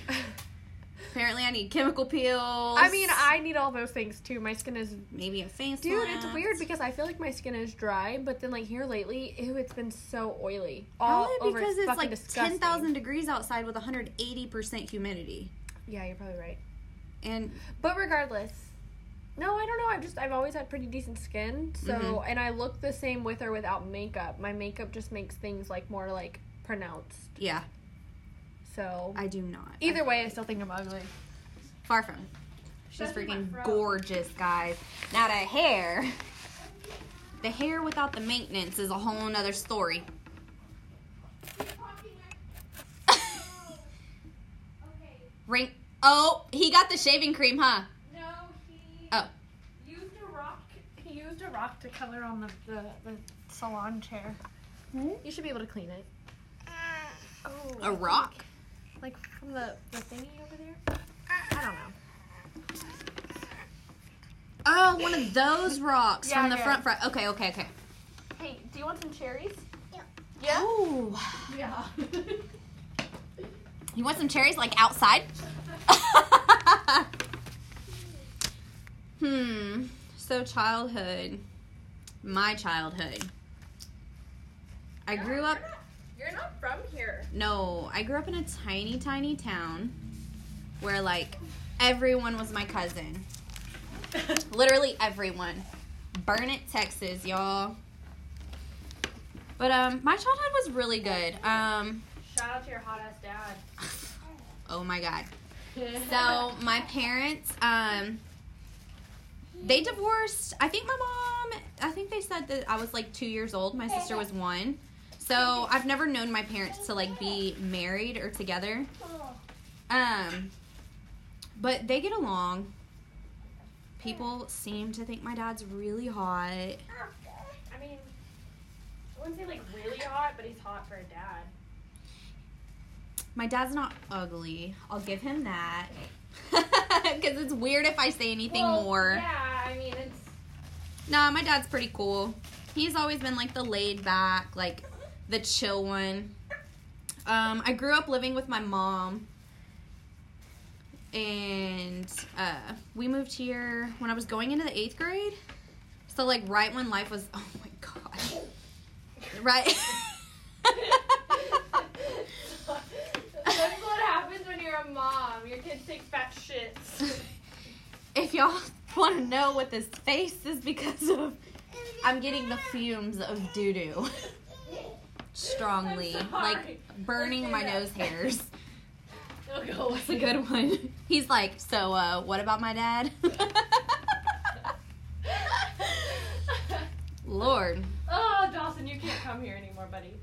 B: Apparently, I need chemical peels.
A: I mean, I need all those things too. My skin is
B: maybe a face.
A: Dude, it's
B: mask.
A: weird because I feel like my skin is dry, but then like here lately, ew, it's been so oily. All
B: Probably
A: over
B: because it's
A: fucking
B: like
A: disgusting.
B: ten thousand degrees outside with one hundred eighty percent humidity,
A: Yeah, you're probably right.
B: and
A: But regardless, no, I don't know. I've just I've always had pretty decent skin, so
B: Mhm.
A: and I look the same with or without makeup. My makeup just makes things like more like pronounced.
B: yeah,
A: So
B: I do not.
A: either way, I still think I'm ugly.
B: far from. it. She's
C: Especially my
B: freaking
C: fro.
B: gorgeous, guys. Now the hair. The hair without the maintenance is a whole nother story.
C: Okay.
B: Ring. Oh, he got the shaving cream, huh?
C: No, he
B: Oh.
C: used a rock.
A: He used a rock to color on the the, the salon chair. You should be able to clean it. Oh,
B: A rock?
A: like from the the thingy over there. I don't know.
B: Oh, one of those rocks
A: Yeah,
B: from the
A: here.
B: front front. Okay, okay, okay.
A: Hey, do you want some cherries?
B: Oh,
A: Yeah.
B: you want some cherries like outside? hmm. So childhood, my childhood. I grew up.
C: You're not from here.
B: No, I grew up in a tiny, tiny town where like everyone was my cousin. Literally everyone. Burnett, Texas, y'all. But um my childhood was really good. Um
C: Shout out to your hot ass dad.
B: oh my god. So my parents um they divorced. I think my mom, I think they said that I was like 2 years old. My sister was 1. So I've never known my parents to like be married or together. Um, but they get along. People seem to think my dad's really hot.
C: I mean, I wouldn't say like really hot, but he's hot for a dad.
B: My dad's not ugly. I'll give him that. Because it's weird if I say anything
C: Well,
B: more.
C: Yeah, I mean it's
B: Nah, my dad's pretty cool. He's always been like the laid back, like the chill one. Um, I grew up living with my mom. And uh, we moved here when I was going into the eighth grade. So, like, right when life was. Oh my God. Right.
C: that's what happens when you're a mom. Your kids take fat shits.
B: if y'all want to know what this face is because of I'm getting the fumes of doo doo strongly,
C: I'm sorry.
B: like burning my nose hairs.
C: It'll go away.
B: That's a good one. He's like, so uh, what about my dad? Lord.
C: oh, Dawson, you can't come here anymore, buddy.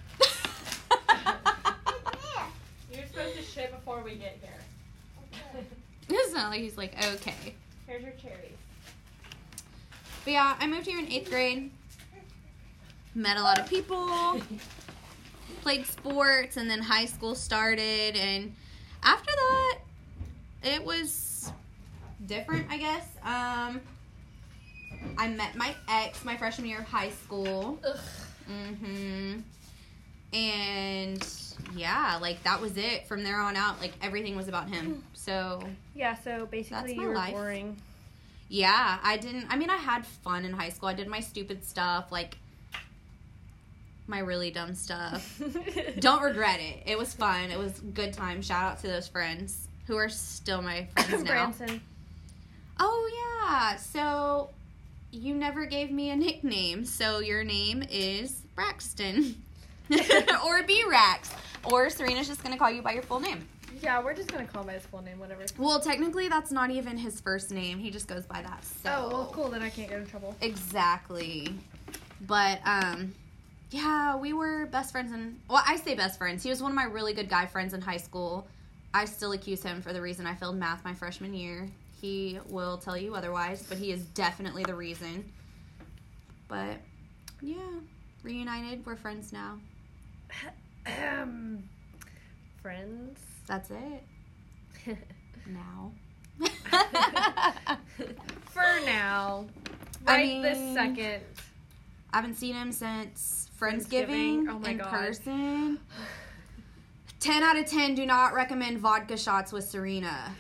C: You're supposed to shit before we get here.
B: it's not like he's like, okay.
C: Here's your cherries.
B: But yeah, I moved here in eighth grade. Met a lot of people. played sports, and then high school started. And after that, it was different, I guess. Um, I met my ex my freshman year of high school.
C: Ugh.
B: Mm-hmm. And yeah, like that was it. From there on out, like everything was about him. So
A: Yeah, so basically
B: That's my
A: you were
B: life.
A: boring.
B: yeah, I didn't. I mean, I had fun in high school. I did my stupid stuff, like my really dumb stuff. Oh. Don't regret it. It was fun. It was a good time. Shout out to those friends who are still my friends now.
A: Branson.
B: Oh yeah. So you never gave me a nickname. So your name is Braxton. or B Rax. Or Serena's just gonna call you by your full name.
A: Yeah, we're just gonna call him by his full name, whatever.
B: Well, technically that's not even his first name. He just goes by that. So
A: Oh well cool, then I can't get in trouble.
B: Exactly. But um yeah, we were best friends in well, I say best friends. He was one of my really good guy friends in high school. I still accuse him for the reason I failed math my freshman year. He will tell you otherwise, but he is definitely the reason. But yeah, reunited, we're friends now.
A: Um friends.
B: That's it. Now.
A: For now. Right
B: I mean,
A: this second.
B: I haven't seen him since Friendsgiving,
A: Friendsgiving. Oh my
B: in
A: God.
B: person. 10 out of 10 do not recommend vodka shots with Serena.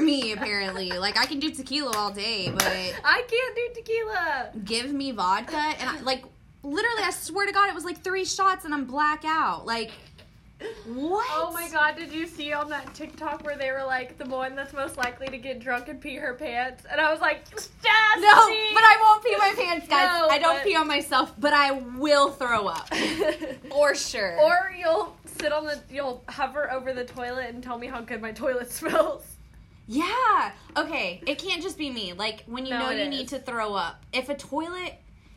B: me, apparently. Like, I can do tequila all day, but
A: I can't do tequila.
B: give me vodka. And, I, like, literally, I swear to God, it was like three shots and I'm black out. Like, what?
A: Oh my god, did you see on that TikTok where they were like the one that's most likely to get drunk and pee her pants? And I was like, Stassi!
B: No, but I won't pee my pants, guys.
A: No,
B: I don't
A: but-
B: pee on myself, but I will throw up. For sure.
A: Or you'll sit on the you'll hover over the toilet and tell me how good my toilet smells.
B: Yeah. Okay. It can't just be me. Like when you
A: No,
B: know
A: it
B: you
A: is.
B: need to throw up. If a toilet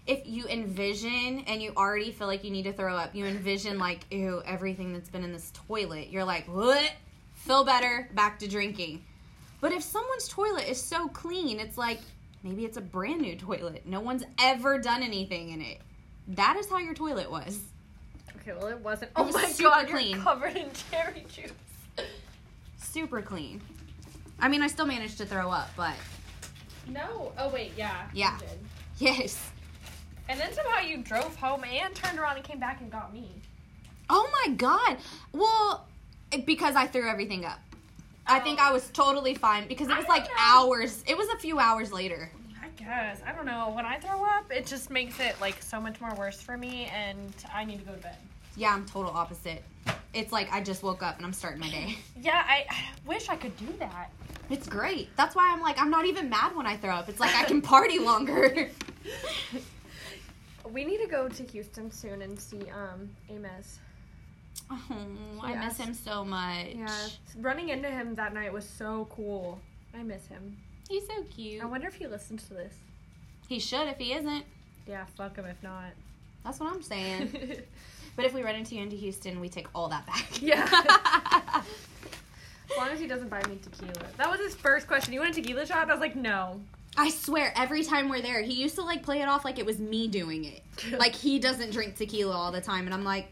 B: if you envision and you already feel like you need to throw up, you envision like, ew, everything that's been in this toilet. You're like, what? Feel better, back to drinking. But if someone's toilet is so clean, it's like maybe it's a brand new toilet. No one's ever done anything in it. That is how your toilet was.
A: Okay, well it wasn't. Oh
B: was
A: my
B: super
A: god,
B: clean.
A: you're covered in cherry juice.
B: Super clean. I mean, I still managed to throw up, but
C: No. Oh wait, yeah. you
B: Yeah.
C: did.
B: yes.
A: And then somehow you drove home and turned around and came back and got me.
B: Oh my god. Well, it- because I threw everything up. I think I was totally fine because it
A: I
B: was
A: don't
B: like
A: know.
B: hours. It was a few hours later.
A: I guess. I don't know. When I throw up, it just makes it like so much more worse for me and I need to go to bed.
B: Yeah, I'm total opposite. It's like I just woke up and I'm starting my day.
A: Yeah, I, I wish I could do that.
B: It's great. That's why I'm like I'm not even mad when I throw up. It's like I can party longer.
A: We need to go to Houston soon and see um Amos.
B: oh, I miss
A: Yes.
B: him so much.
A: Yeah, running into him that night was so cool. I miss him.
B: He's so cute.
A: I wonder if he listens to this.
B: He should if he isn't.
A: Yeah, fuck him if not.
B: That's what I'm saying. but if we run into you into Houston, we take all that back.
A: Yeah. as long as he doesn't buy me tequila. That was his first question. You want a tequila shot? I was like, no.
B: I swear, every time we're there, he used to like play it off like it was me doing it. like he doesn't drink tequila all the time, and I'm like,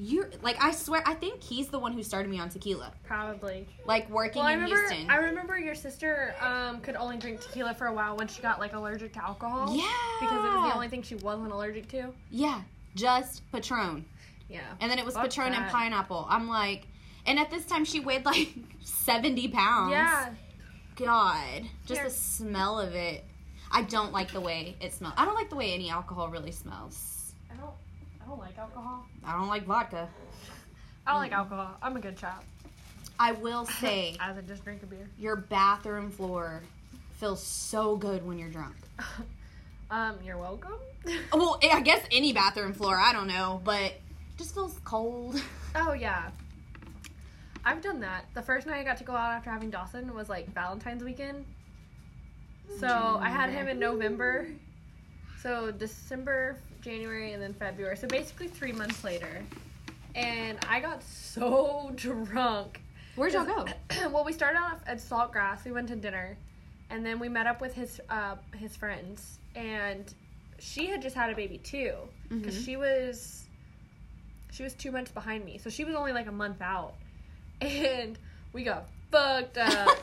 B: you're like I swear, I think he's the one who started me on tequila.
A: Probably.
B: Like working
A: Well, I
B: in
A: remember.
B: Houston.
A: I remember your sister um, could only drink tequila for a while when she got like allergic to alcohol.
B: yeah.
A: Because it was the only thing she wasn't allergic to.
B: Yeah, just Patron,
A: Yeah.
B: and then it was
A: Fuck
B: Patron and
A: that.
B: pineapple. I'm like, and at this time she weighed like 70 pounds.
A: Yeah.
B: God, just
A: Here.
B: the smell of it. I don't like the way it smells. I don't like the way any alcohol really smells.
A: I don't. I don't like alcohol.
B: I don't like vodka.
A: I don't like alcohol. I'm a good child.
B: I will say.
A: As I just drink a beer.
B: your bathroom floor feels so good when you're drunk.
A: Um, you're welcome.
B: Well, I guess any bathroom floor. I don't know, but just feels cold.
A: oh yeah. I've done that. The first night I got to go out after having Dawson was like Valentine's weekend. So I had him in November. So December, January, and then February. So basically three months later. And I got so drunk
B: Where'd y'all go?
A: well, we started off at Saltgrass. We went to dinner, and then we met up with his uh, his friends, and she had just had a baby too, because
B: Mm-hmm.
A: she was she was two months behind me, so she was only like a month out, and we got fucked up.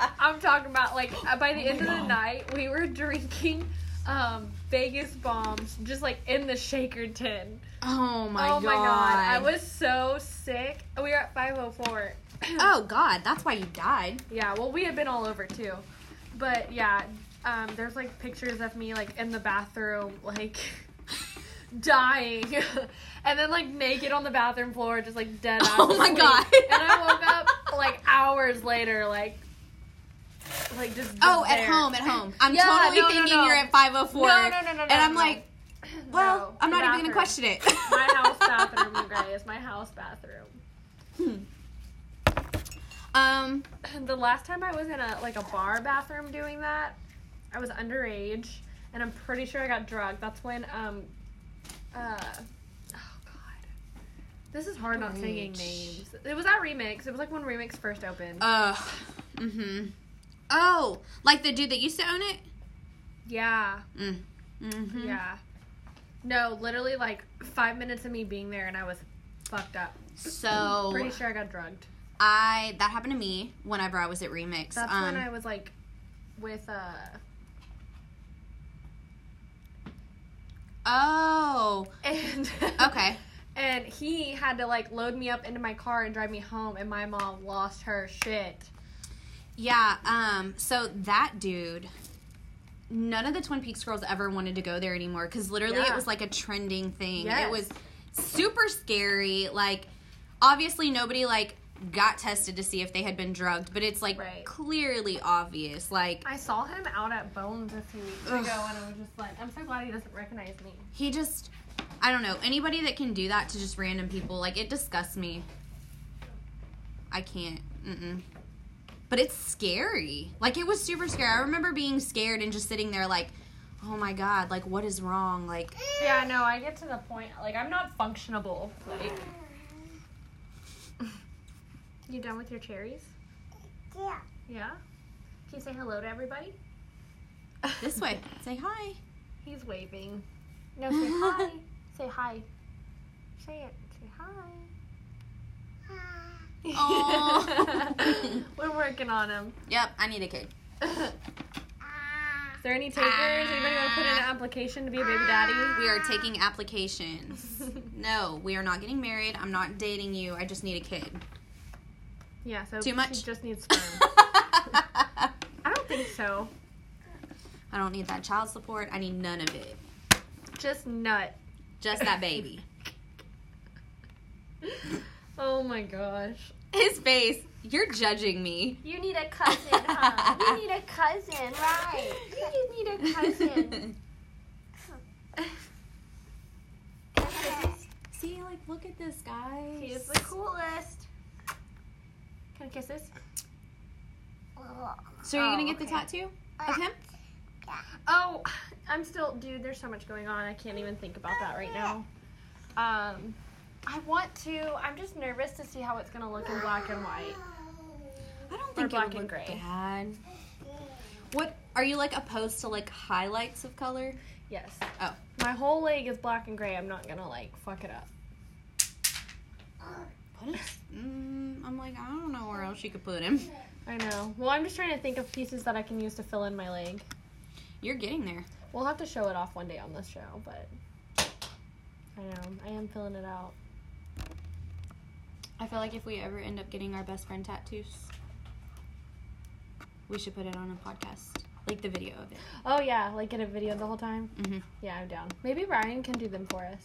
A: Uh, I'm talking about like uh, by the
B: Oh
A: end of the night, we were drinking um, Vegas bombs just like in the shaker tin
B: oh my god.
A: oh my god, I was so sick. We were at 504.
B: Oh god, that's why you died.
A: Yeah, well, we had been all over too, but yeah, um, there's like pictures of me like in the bathroom, like dying, and then like naked on the bathroom floor, just like dead. out
B: Oh my
A: asleep.
B: God.
A: And I woke up like hours later, like like just
B: Oh, at
A: there.
B: home, at home. I'm
A: Yeah,
B: totally
A: no, no,
B: thinking
A: no.
B: you're at 504.
A: No, no, no, no,
B: And
A: no,
B: I'm
A: no.
B: like, well,
A: No,
B: I'm not
A: the
B: even going to
A: bathroom.
B: question it.
A: My house bathroom, you guys. My house bathroom.
B: Um,
A: the last time I was in a like a bar bathroom doing that, I was underage, and I'm pretty sure I got drugged. That's when um, uh, oh god, this is hard not singing
B: Underage.
A: names. It was at Remix. It was like when Remix first opened.
B: uh, mm-hmm. Oh, like the dude that used to own it?
A: yeah,
B: Mm. Mm-hmm.
A: yeah. No, literally like five minutes of me being there, and I was fucked up.
B: So,
A: Pretty sure I got drugged.
B: I, that happened to me whenever I was at Remix.
A: That's
B: um,
A: when I was like, with uh.
B: Oh,
A: And
B: Okay.
A: And he had to like load me up into my car and drive me home, and my mom lost her shit.
B: yeah. Um, so that dude, none of the Twin Peaks girls ever wanted to go there anymore because literally it
A: Yeah.
B: was like a trending thing. It
A: Yes.
B: was super scary. Like, obviously nobody like got tested to see if they had been drugged, but it's like
A: Right.
B: clearly obvious. Like
A: I saw him out at Bones a few weeks
B: Ugh.
A: ago, and I was just like, I'm so glad he doesn't recognize me.
B: he just, I don't know anybody that can do that to just random people. Like it disgusts me. I can't. Mm-mm. But it's scary. Like it was super scary. I remember being scared and just sitting there like, oh my god, like what is wrong? Like
A: Yeah, no, I get to the point like I'm not functionable. Like, you done with your cherries?
D: Yeah.
A: Yeah. Can you say hello to everybody?
B: this way. Say hi.
A: He's waving. No, say hi. Say hi. Say it. Say hi.
B: Aw.
A: We're working on him.
B: Yep, I need a kid.
A: Is there any takers? Anybody want to put in an application to be a baby daddy?
B: We are taking applications. no, we are not getting married. I'm not dating you. I just need a kid.
A: Yeah, so
B: Too much?
A: she just needs sperm.
B: I
A: I don't think so.
B: don't need that child support. I need none of it.
A: Just nut.
B: Just that baby.
A: Oh my gosh.
B: His face. You're judging me.
D: You need a cousin, huh? you need a cousin, right? You just need a cousin.
B: See, like, look at this guy.
A: He is the
D: the coolest.
A: Can I kiss this?
B: So are you gonna
A: Oh,
B: get the
A: okay.
B: tattoo of him?
A: Oh, I'm still, dude. There's so much going on. I can't even think about that right now. Um, I want to. I'm just nervous to see how it's gonna look in black and white.
B: I don't think
A: black
B: it would
A: and
B: look
A: gray.
B: bad. What are you like opposed to like highlights of color?
A: Yes.
B: Oh.
A: My whole leg is black and gray. I'm not gonna like fuck it up.
B: What is? Mm, I'm like I don't know where else you could put him.
A: I know. Well, I'm just trying to think of pieces that I can use to fill in my leg.
B: You're getting there.
A: We'll have to show it off one day on this show, but I know. I am filling it out.
B: I feel like if we ever end up getting our best friend tattoos, we should put it on a podcast, like the video of it.
A: Oh yeah, like get a video the whole time.
B: Mm-hmm.
A: Yeah, I'm down. Maybe Ryan can do them for us.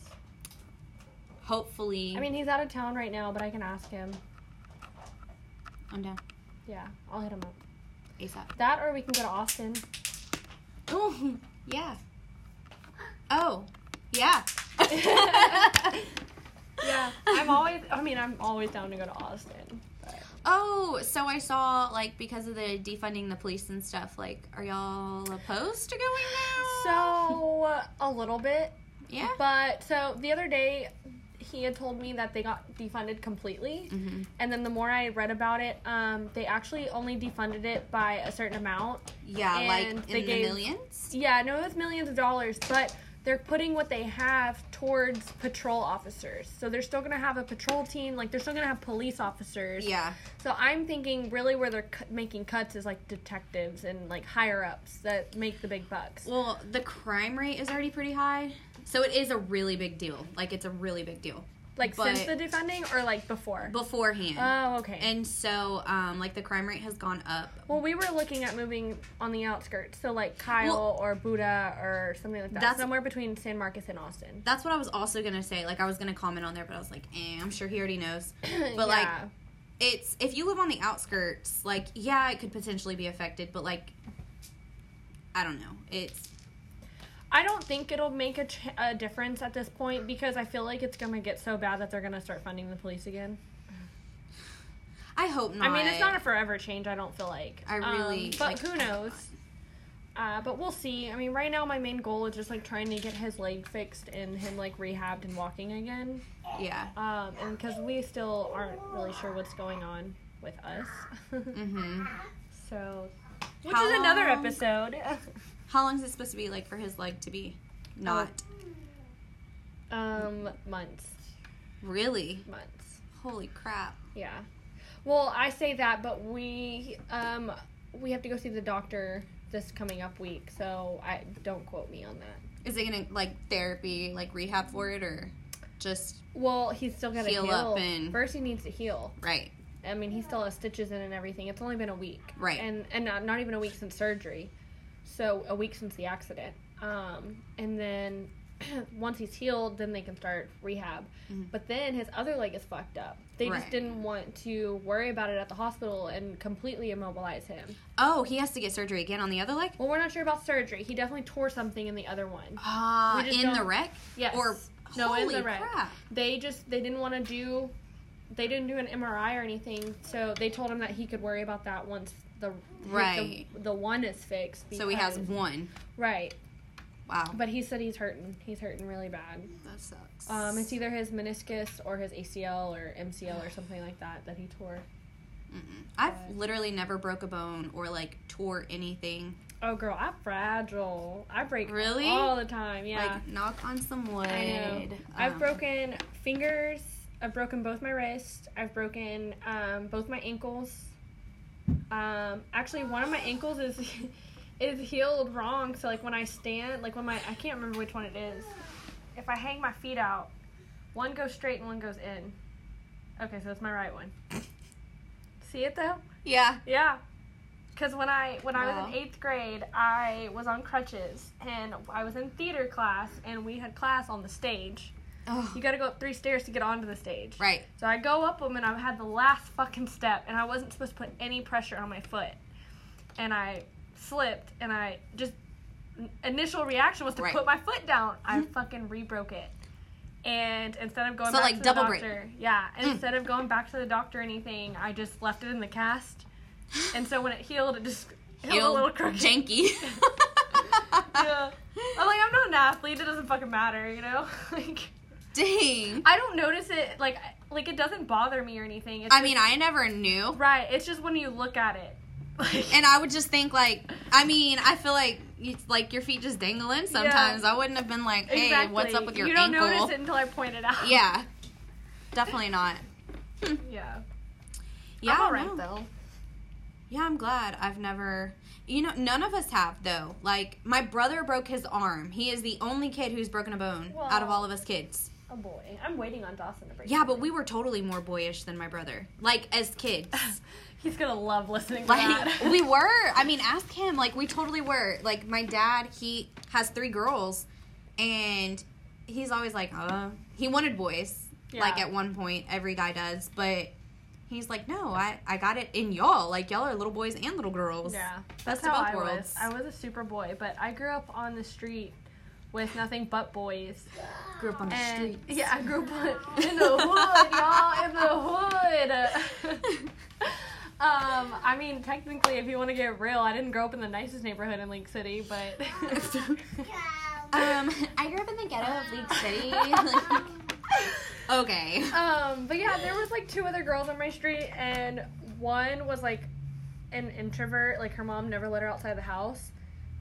B: Hopefully,
A: I mean, he's out of town right now, but I can ask him.
B: I'm down
A: Yeah, I'll hit him up.
B: ASAP.
A: That, or we can go to Austin.
B: Oh, yeah. Oh, yeah.
A: Yeah, I'm always. I mean, I'm always down to go to Austin.
B: Oh, so I saw like because of the defunding the police and stuff. Like, are y'all opposed to going now?
A: So a little bit,
B: yeah.
A: but so the other day, he had told me that they got defunded completely,
B: Mhm.
A: and then the more I read about it, um, they actually only defunded it by a certain amount.
B: Yeah, like
A: And
B: in
A: they
B: the
A: gave-
B: millions.
A: Yeah, no, it was millions of dollars, but they're putting what they have towards patrol officers. So they're still gonna have a patrol team, like they're still gonna have police officers.
B: Yeah.
A: So I'm thinking really where they're cu- making cuts is like detectives and like higher ups that make the big bucks.
B: Well, the crime rate is already pretty high, so it is a really big deal. Like, it's a really big deal
A: Like since the
B: but-
A: defunding or like before.
B: beforehand.
A: Oh, okay.
B: and so, um, like the crime rate has gone up.
A: well, we were looking at moving on the outskirts, so like Kyle
B: Well-
A: or Buddha or something like that.
B: That's-
A: somewhere between San Marcos and Austin.
B: That's what I was also gonna say. Like, I was gonna comment on there, but I was like, eh, I'm sure he already knows. But like,
A: Yeah.
B: it's if you live on the outskirts, like yeah, it could potentially be affected, but like I don't know. It's
A: I don't think it'll make a, ch- a difference at this point because I feel like it's gonna get so bad that they're gonna start funding the police again.
B: I hope not.
A: I mean, it's not a forever change. I don't feel like.
B: I
A: Um,
B: really-
A: but
B: like,
A: who
B: come
A: knows? Uh, but we'll see. I mean, right now my main goal is just like trying to get his leg fixed and him like rehabbed and walking again.
B: yeah.
A: Um, and because we still aren't really sure what's going on with us.
B: Mm-hmm.
A: so, which
B: How
A: is another
B: long-
A: episode.
B: How long is it supposed to be like for his leg to be not
A: Oh. um, months,
B: really?
A: months.
B: Holy crap.
A: Yeah. Well, I say that, but we um we have to go see the doctor this coming up week, so I don't quote me on that.
B: Is it gonna like therapy, like rehab for it or just
A: Well, he's still got to heal.
B: Heal up and-
A: First, he needs to heal.
B: right.
A: I mean, he still has stitches in and everything. It's only been a week,
B: Right.
A: And and not, not even a week since surgery, so a week since the accident. Um, and then once he's healed, then they can start rehab. But then his other leg is fucked up. They just
B: Mm-hmm. Right.
A: didn't want to worry about it at the hospital and completely immobilize him.
B: Oh, he has to get surgery again on the other leg?
A: Well, we're not sure about surgery. He definitely tore something in the other one.
B: Ah,
A: We just
B: in the
A: don't-
B: wreck?
A: Yes.
B: Or
A: no, in
B: holy
A: the red.
B: crap.
A: They just they didn't want to do, they didn't do an MRI or anything. So they told him that he could worry about that once the the-
B: Right.
A: the, one is fixed.
B: So he has
A: because-
B: one.
A: right,
B: Wow.
A: but he said he's hurting. He's hurting really bad.
B: That sucks.
A: Um, it's either his meniscus or his ACL or MCL or something like that that he tore.
B: Mm-mm. I've literally never broke a bone or like tore anything.
A: Oh girl, I'm fragile. I break
B: Really?
A: all the time. Yeah.
B: Like knock on some wood. Um,
A: I know. I've broken fingers. I've broken both my wrists. I've broken um, both my ankles. Um, actually, one of my ankles is is healed wrong. So like when I stand, like when my I can't remember which one it is. If I hang my feet out, one goes straight and one goes in. Okay, so it's my right one. See it though?
B: Yeah.
A: Yeah. Cause when I when I was
B: Wow.
A: in eighth grade, I was on crutches and I was in theater class and we had class on the stage.
B: Oh,
A: You got to go up three stairs to get onto the stage.
B: right.
A: So I go up them and I had the last fucking step and I wasn't supposed to put any pressure on my foot, and I slipped and I just initial reaction was to
B: Right. Mm-hmm.
A: put my foot down. I fucking rebroke it. And instead of going
B: So,
A: back
B: like,
A: to
B: double
A: the
B: break. Mm.
A: doctor, yeah, instead of going back to the doctor or anything, I just left it in the cast. And so when it healed, it just healed, a
B: Heel
A: little crooked.
B: Janky.
A: Yeah. Oh, I'm like, I'm not an athlete. It doesn't fucking matter, you know. like,
B: Dang.
A: I don't notice it. Like, I- like it doesn't bother me or anything. It's
B: I mean, I never knew.
A: right. It's just when you look at it. Like,
B: And I would just think like, I mean, I feel like it's like your feet just dangle in sometimes. I wouldn't have been like, hey, what's up
A: exactly.
B: with your
A: You don't
B: ankle?
A: notice it until I point it out.
B: Yeah. Definitely not.
A: Yeah.
B: Yeah.
A: I'm all right
B: no.
A: though.
B: Yeah, I'm glad. I've never, you know, none of us have though. Like my brother broke his arm. He is the only kid who's broken a bone out of
A: Wow.
B: all of us kids.
A: Oh boy, I'm waiting on Dawson to break.
B: Yeah, but we were totally more boyish than my brother. Like as kids,
A: He's gonna love listening to
B: like
A: that.
B: we were. I mean, ask him. Like we totally were. Like my dad, he has three girls, and he's always like, uh, he wanted boys. Like
A: Yeah.
B: at one point, every guy does, but. He's like, no, I, I got it in y'all. Like y'all are little boys and little girls.
A: Yeah,
B: Best
A: how
B: of both
A: I
B: worlds.
A: Was. I was a super boy, but I grew up on the street with nothing but boys.
B: Grew up on the
A: And
B: street.
A: yeah, I grew up in the hood, y'all, in the hood. Um, I mean, technically, if you want to get real, I didn't grow up in the nicest neighborhood in Lake City, but
B: Um, I grew up in the ghetto of League City. like- okay.
A: um, but yeah, there was like two other girls on my street, and one was like an introvert, like her mom never let her outside the house.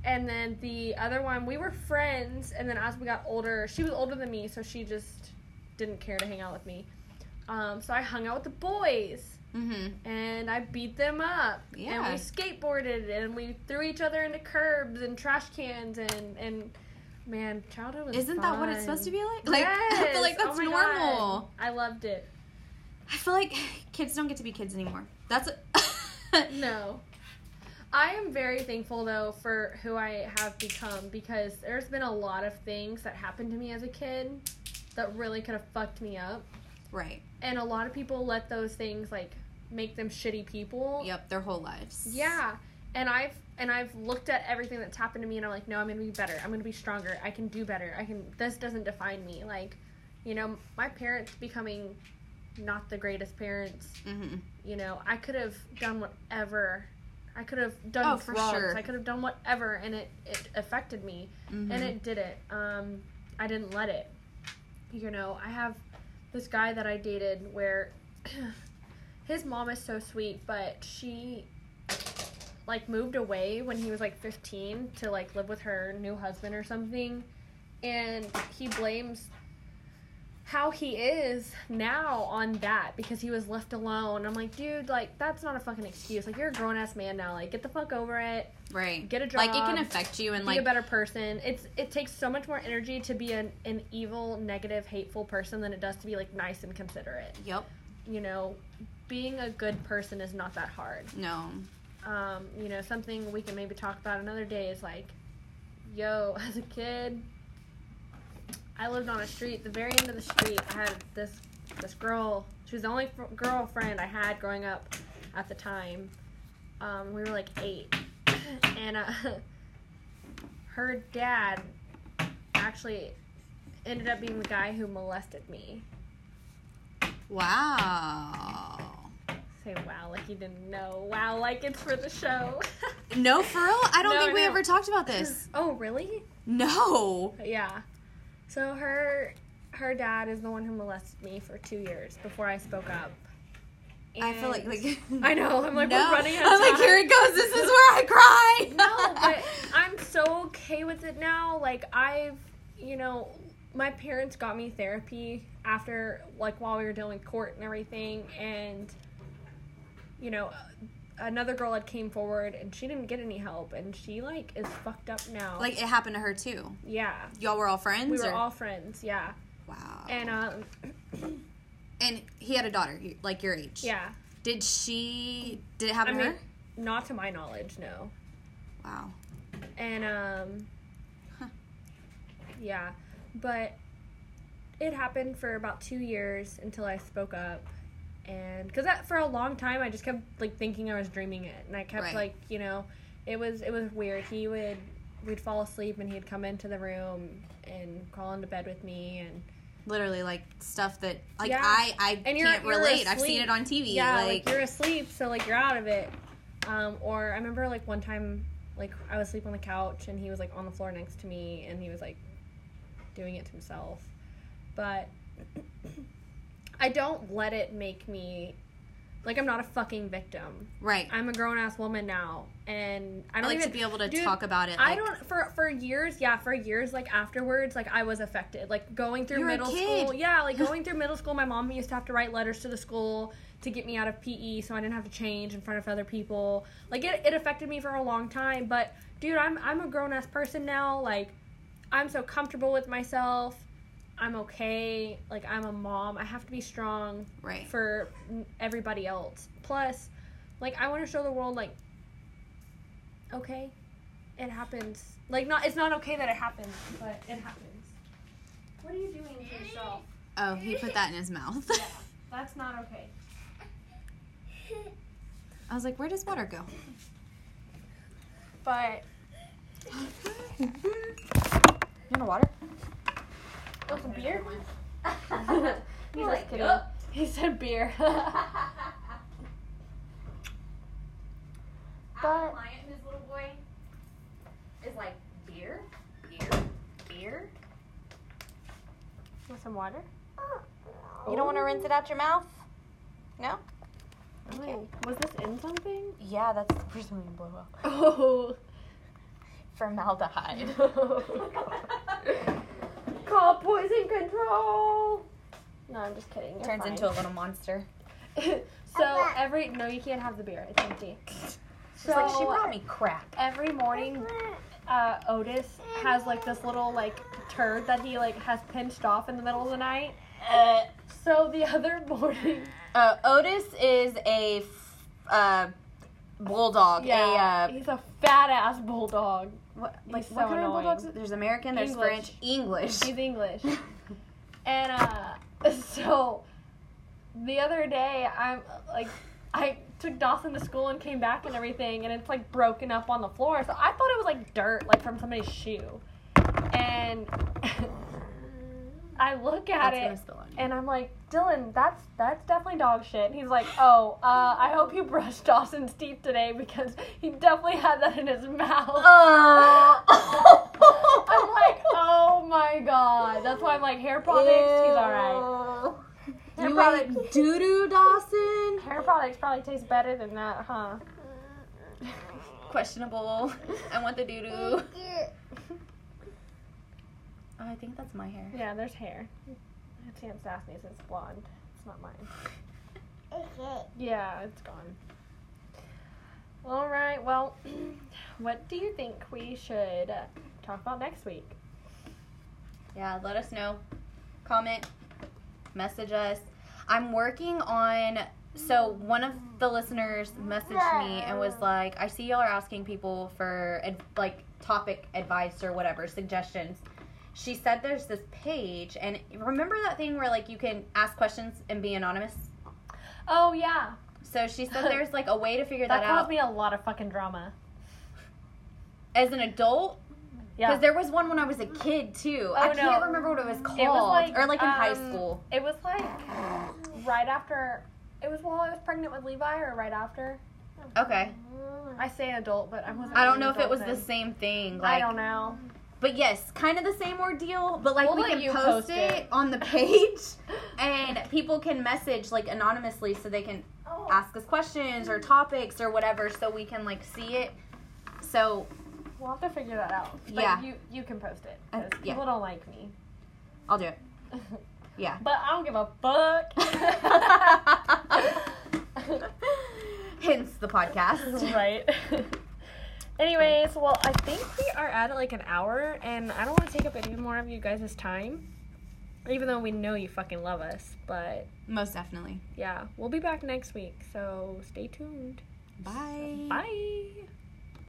A: And then the other one, we were friends, and then as we got older, she was older than me, so she just didn't care to hang out with me. Um, so I hung out with the boys.
B: Mm-hmm.
A: and I beat them up. And
B: Yeah.
A: we skateboarded and we threw each other into curbs and trash cans and and man, childhood was
B: Isn't that what
A: fun.
B: it's supposed to be like? Like I
A: Yes!
B: feel like
A: Oh
B: that's
A: my God.
B: normal.
A: I loved it.
B: I feel like kids don't get to be kids anymore. That's
A: No. I am very thankful though for who I have become because there's been a lot of things that happened to me as a kid that really could have fucked me up.
B: right.
A: And a lot of people let those things like make them shitty people.
B: Yep, their whole lives.
A: Yeah. And I've and I've looked at everything that's happened to me and I'm like, no, I'm gonna be better. I'm gonna be stronger. I can do better. I can this doesn't define me. Like, you know, my parents becoming not the greatest parents,
B: Mm-hmm.
A: you know, I could have done whatever I could have done
B: Oh,
A: drugs.
B: for sure.
A: I could have done whatever and it, it affected me.
B: Mm-hmm.
A: And it didn't. Um I didn't let it. You know, I have this guy that I dated where his mom is so sweet, but she like moved away when he was like 15 to like live with her new husband or something and he blames how he is now on that because he was left alone. I'm like, dude, like that's not a fucking excuse. Like you're a grown ass man now. Like get the fuck over it.
B: Right.
A: Get a
B: Like it
A: job.
B: can affect you and
A: be a
B: like
A: better person. It's it takes so much more energy to be an, an evil, negative, hateful person than it does to be like nice and considerate.
B: Yep.
A: You know, being a good person is not that hard
B: No.
A: um, you know, something we can maybe talk about another day is like, yo, as a kid, I lived on a street, the very end of the street, I had this this girl. She was the only fr- girlfriend I had growing up at the time. Um, we were like eight, and uh, her dad actually ended up being the guy who molested me.
B: Wow.
A: Say wow, like you didn't know. Wow, like it's for the show.
B: No, for real? I don't
A: No,
B: think we
A: no.
B: ever talked about this.
A: oh, really?
B: No.
A: Yeah. So her her dad is the one who molested me for two years before I spoke up.
B: I feel like
A: And-
B: like
A: I know. I'm like
B: no.
A: we're running out of
B: I'm like
A: time.
B: here it goes. This is where I cry.
A: no, but I'm so okay with it now. Like I've, you know, my parents got me therapy after like while we were dealing with court and everything, and you know, another girl had came forward and she didn't get any help, and she like is fucked up now.
B: like it happened to her too.
A: yeah,
B: Y'all were all friends. Oh
A: we were
B: or?
A: all friends. Yeah,
B: wow.
A: and um,
B: And he had a daughter y- like your age.
A: yeah.
B: Did she? Did it happen
A: I
B: to
A: mean,
B: her?
A: not to my knowledge, no.
B: Wow.
A: And um,
B: Huh.
A: yeah, but it happened for about two years until I spoke up, and because that for a long time I just kept like thinking I was dreaming it, and I kept
B: Right.
A: like you know, it was it was weird. He would we'd fall asleep and he'd come into the room and crawl into bed with me and
B: Literally like stuff that like
A: Yeah.
B: I I
A: And you're-
B: can't
A: you're
B: relate. I've
A: asleep.
B: seen it on TV.
A: Yeah,
B: like,
A: like, you're asleep, so like you're out of it. Um, or I remember like one time, like I was asleep on the couch and he was like on the floor next to me and he was like doing it to himself. But I don't let it make me like I'm not a fucking victim.
B: right.
A: I'm a grown ass woman now, and I
B: I
A: don't
B: like
A: even
B: to be able to
A: Dude,
B: talk about it.
A: I
B: like-
A: don't for for years, yeah, for years. Like afterwards, like I was affected. Like going through
B: You were a
A: middle
B: kid.
A: school, yeah, like going through middle school, my mom used to have to write letters to the school to get me out of PE, so I didn't have to change in front of other people. Like it, it affected me for a long time. But dude, I'm I'm a grown ass person now. Like I'm so comfortable with myself. I'm okay. Like I'm a mom. I have to be strong
B: Right.
A: for everybody else. Plus, like I want to show the world like okay, it happens. Like not it's not okay that it happens, but it happens. What are you doing to yourself?
B: oh, he put that in his mouth.
A: That's not okay.
B: I was like, where does water go?
A: But You want water? oh,
C: Want some beer?
D: He's like,
C: kidding.
D: yup.
A: He said beer.
D: But-
E: Our client, his little boy, is like beer, beer, beer.
A: want some water?
B: You don't want to rinse it out your mouth?
A: Was this in something?
B: Yeah, that's the person we blow up.
A: Oh.
B: Formaldehyde.
A: Call poison control. No, I'm just kidding.
B: Turns into a little monster.
A: into. so every no, you can't have the beer. It's empty.
B: She's like, she brought me crap.
A: every morning, uh, Otis has like this little like turd that he like has pinched off in the middle of the night.
B: Uh,
A: So the other morning,
B: uh, Otis is a f- uh, bulldog.
A: yeah,
B: A, uh,
A: he's a fat ass bulldog.
B: what, like,
A: he's
B: what
A: so
B: kind
A: annoying.
B: of bulldogs? There's American, there's
A: English.
B: French, English.
A: He's English. And uh, so the other day, I'm like, I took Dawson to school and came back and everything, and it's like broken up on the floor. So I thought it was like dirt, like from somebody's shoe. And I look at
B: That's gonna
A: it.
B: spill on you.
A: And I'm like, Dylan, that's that's definitely dog shit. And he's like, Oh, uh, I hope you brushed Dawson's teeth today because he definitely had that in his mouth.
B: Uh, Oh.
A: I'm like, oh my god. That's why I'm like, hair products, he's alright.
B: You like doo doo Dawson?
A: Hair products probably taste better than that, huh?
B: Questionable. I want the doo doo. Oh, I think that's my hair.
A: Yeah, there's hair. It's Aunt Sassany's, it's blonde. It's not mine. Yeah, it's gone. Alright, well, what do you think we should uh, talk about next week?
B: Yeah, let us know. Comment, message us. I'm working on. So one of the listeners messaged me and was like, "I see y'all are asking people for ad- like topic advice or whatever suggestions." She said there's this page, and remember that thing where like you can ask questions and be anonymous.
A: Oh, yeah.
B: So she said there's like a way to figure that,
A: That
B: out
A: caused me a lot of fucking drama.
B: as an adult. Because
A: Yeah.
B: there was one when I was a kid too. I
A: Oh, no.
B: can't remember what it was called,
A: like,
B: or like in high
A: um,
B: school.
A: It was like right after. It was while I was pregnant with Levi, or right after.
B: Okay.
A: I say adult, but I wasn't.
B: I don't
A: really
B: know if it
A: adult
B: was
A: then.
B: the same thing.
A: I
B: Like,
A: don't know.
B: but yes, kind of the same ordeal. But like,
A: We'll
B: we
A: let
B: can
A: you
B: post,
A: post
B: it,
A: it.
B: on the page, and people can message like anonymously, so they can
A: Oh.
B: ask us questions or topics or whatever, so we can like see it. So
A: We'll have to figure that out. But
B: Yeah.
A: You you can post it.
B: Uh,
A: 'cause
B: yeah.
A: People don't like me.
B: I'll do it. Yeah.
A: But I don't give a fuck.
B: Hence the podcast.
A: right. Anyways, well, I think we are at like an hour, and I don't want to take up any more of you guys' time. Even though we know you fucking love us, but
B: Most definitely.
A: yeah, we'll be back next week, so stay tuned.
B: Bye.
A: Bye.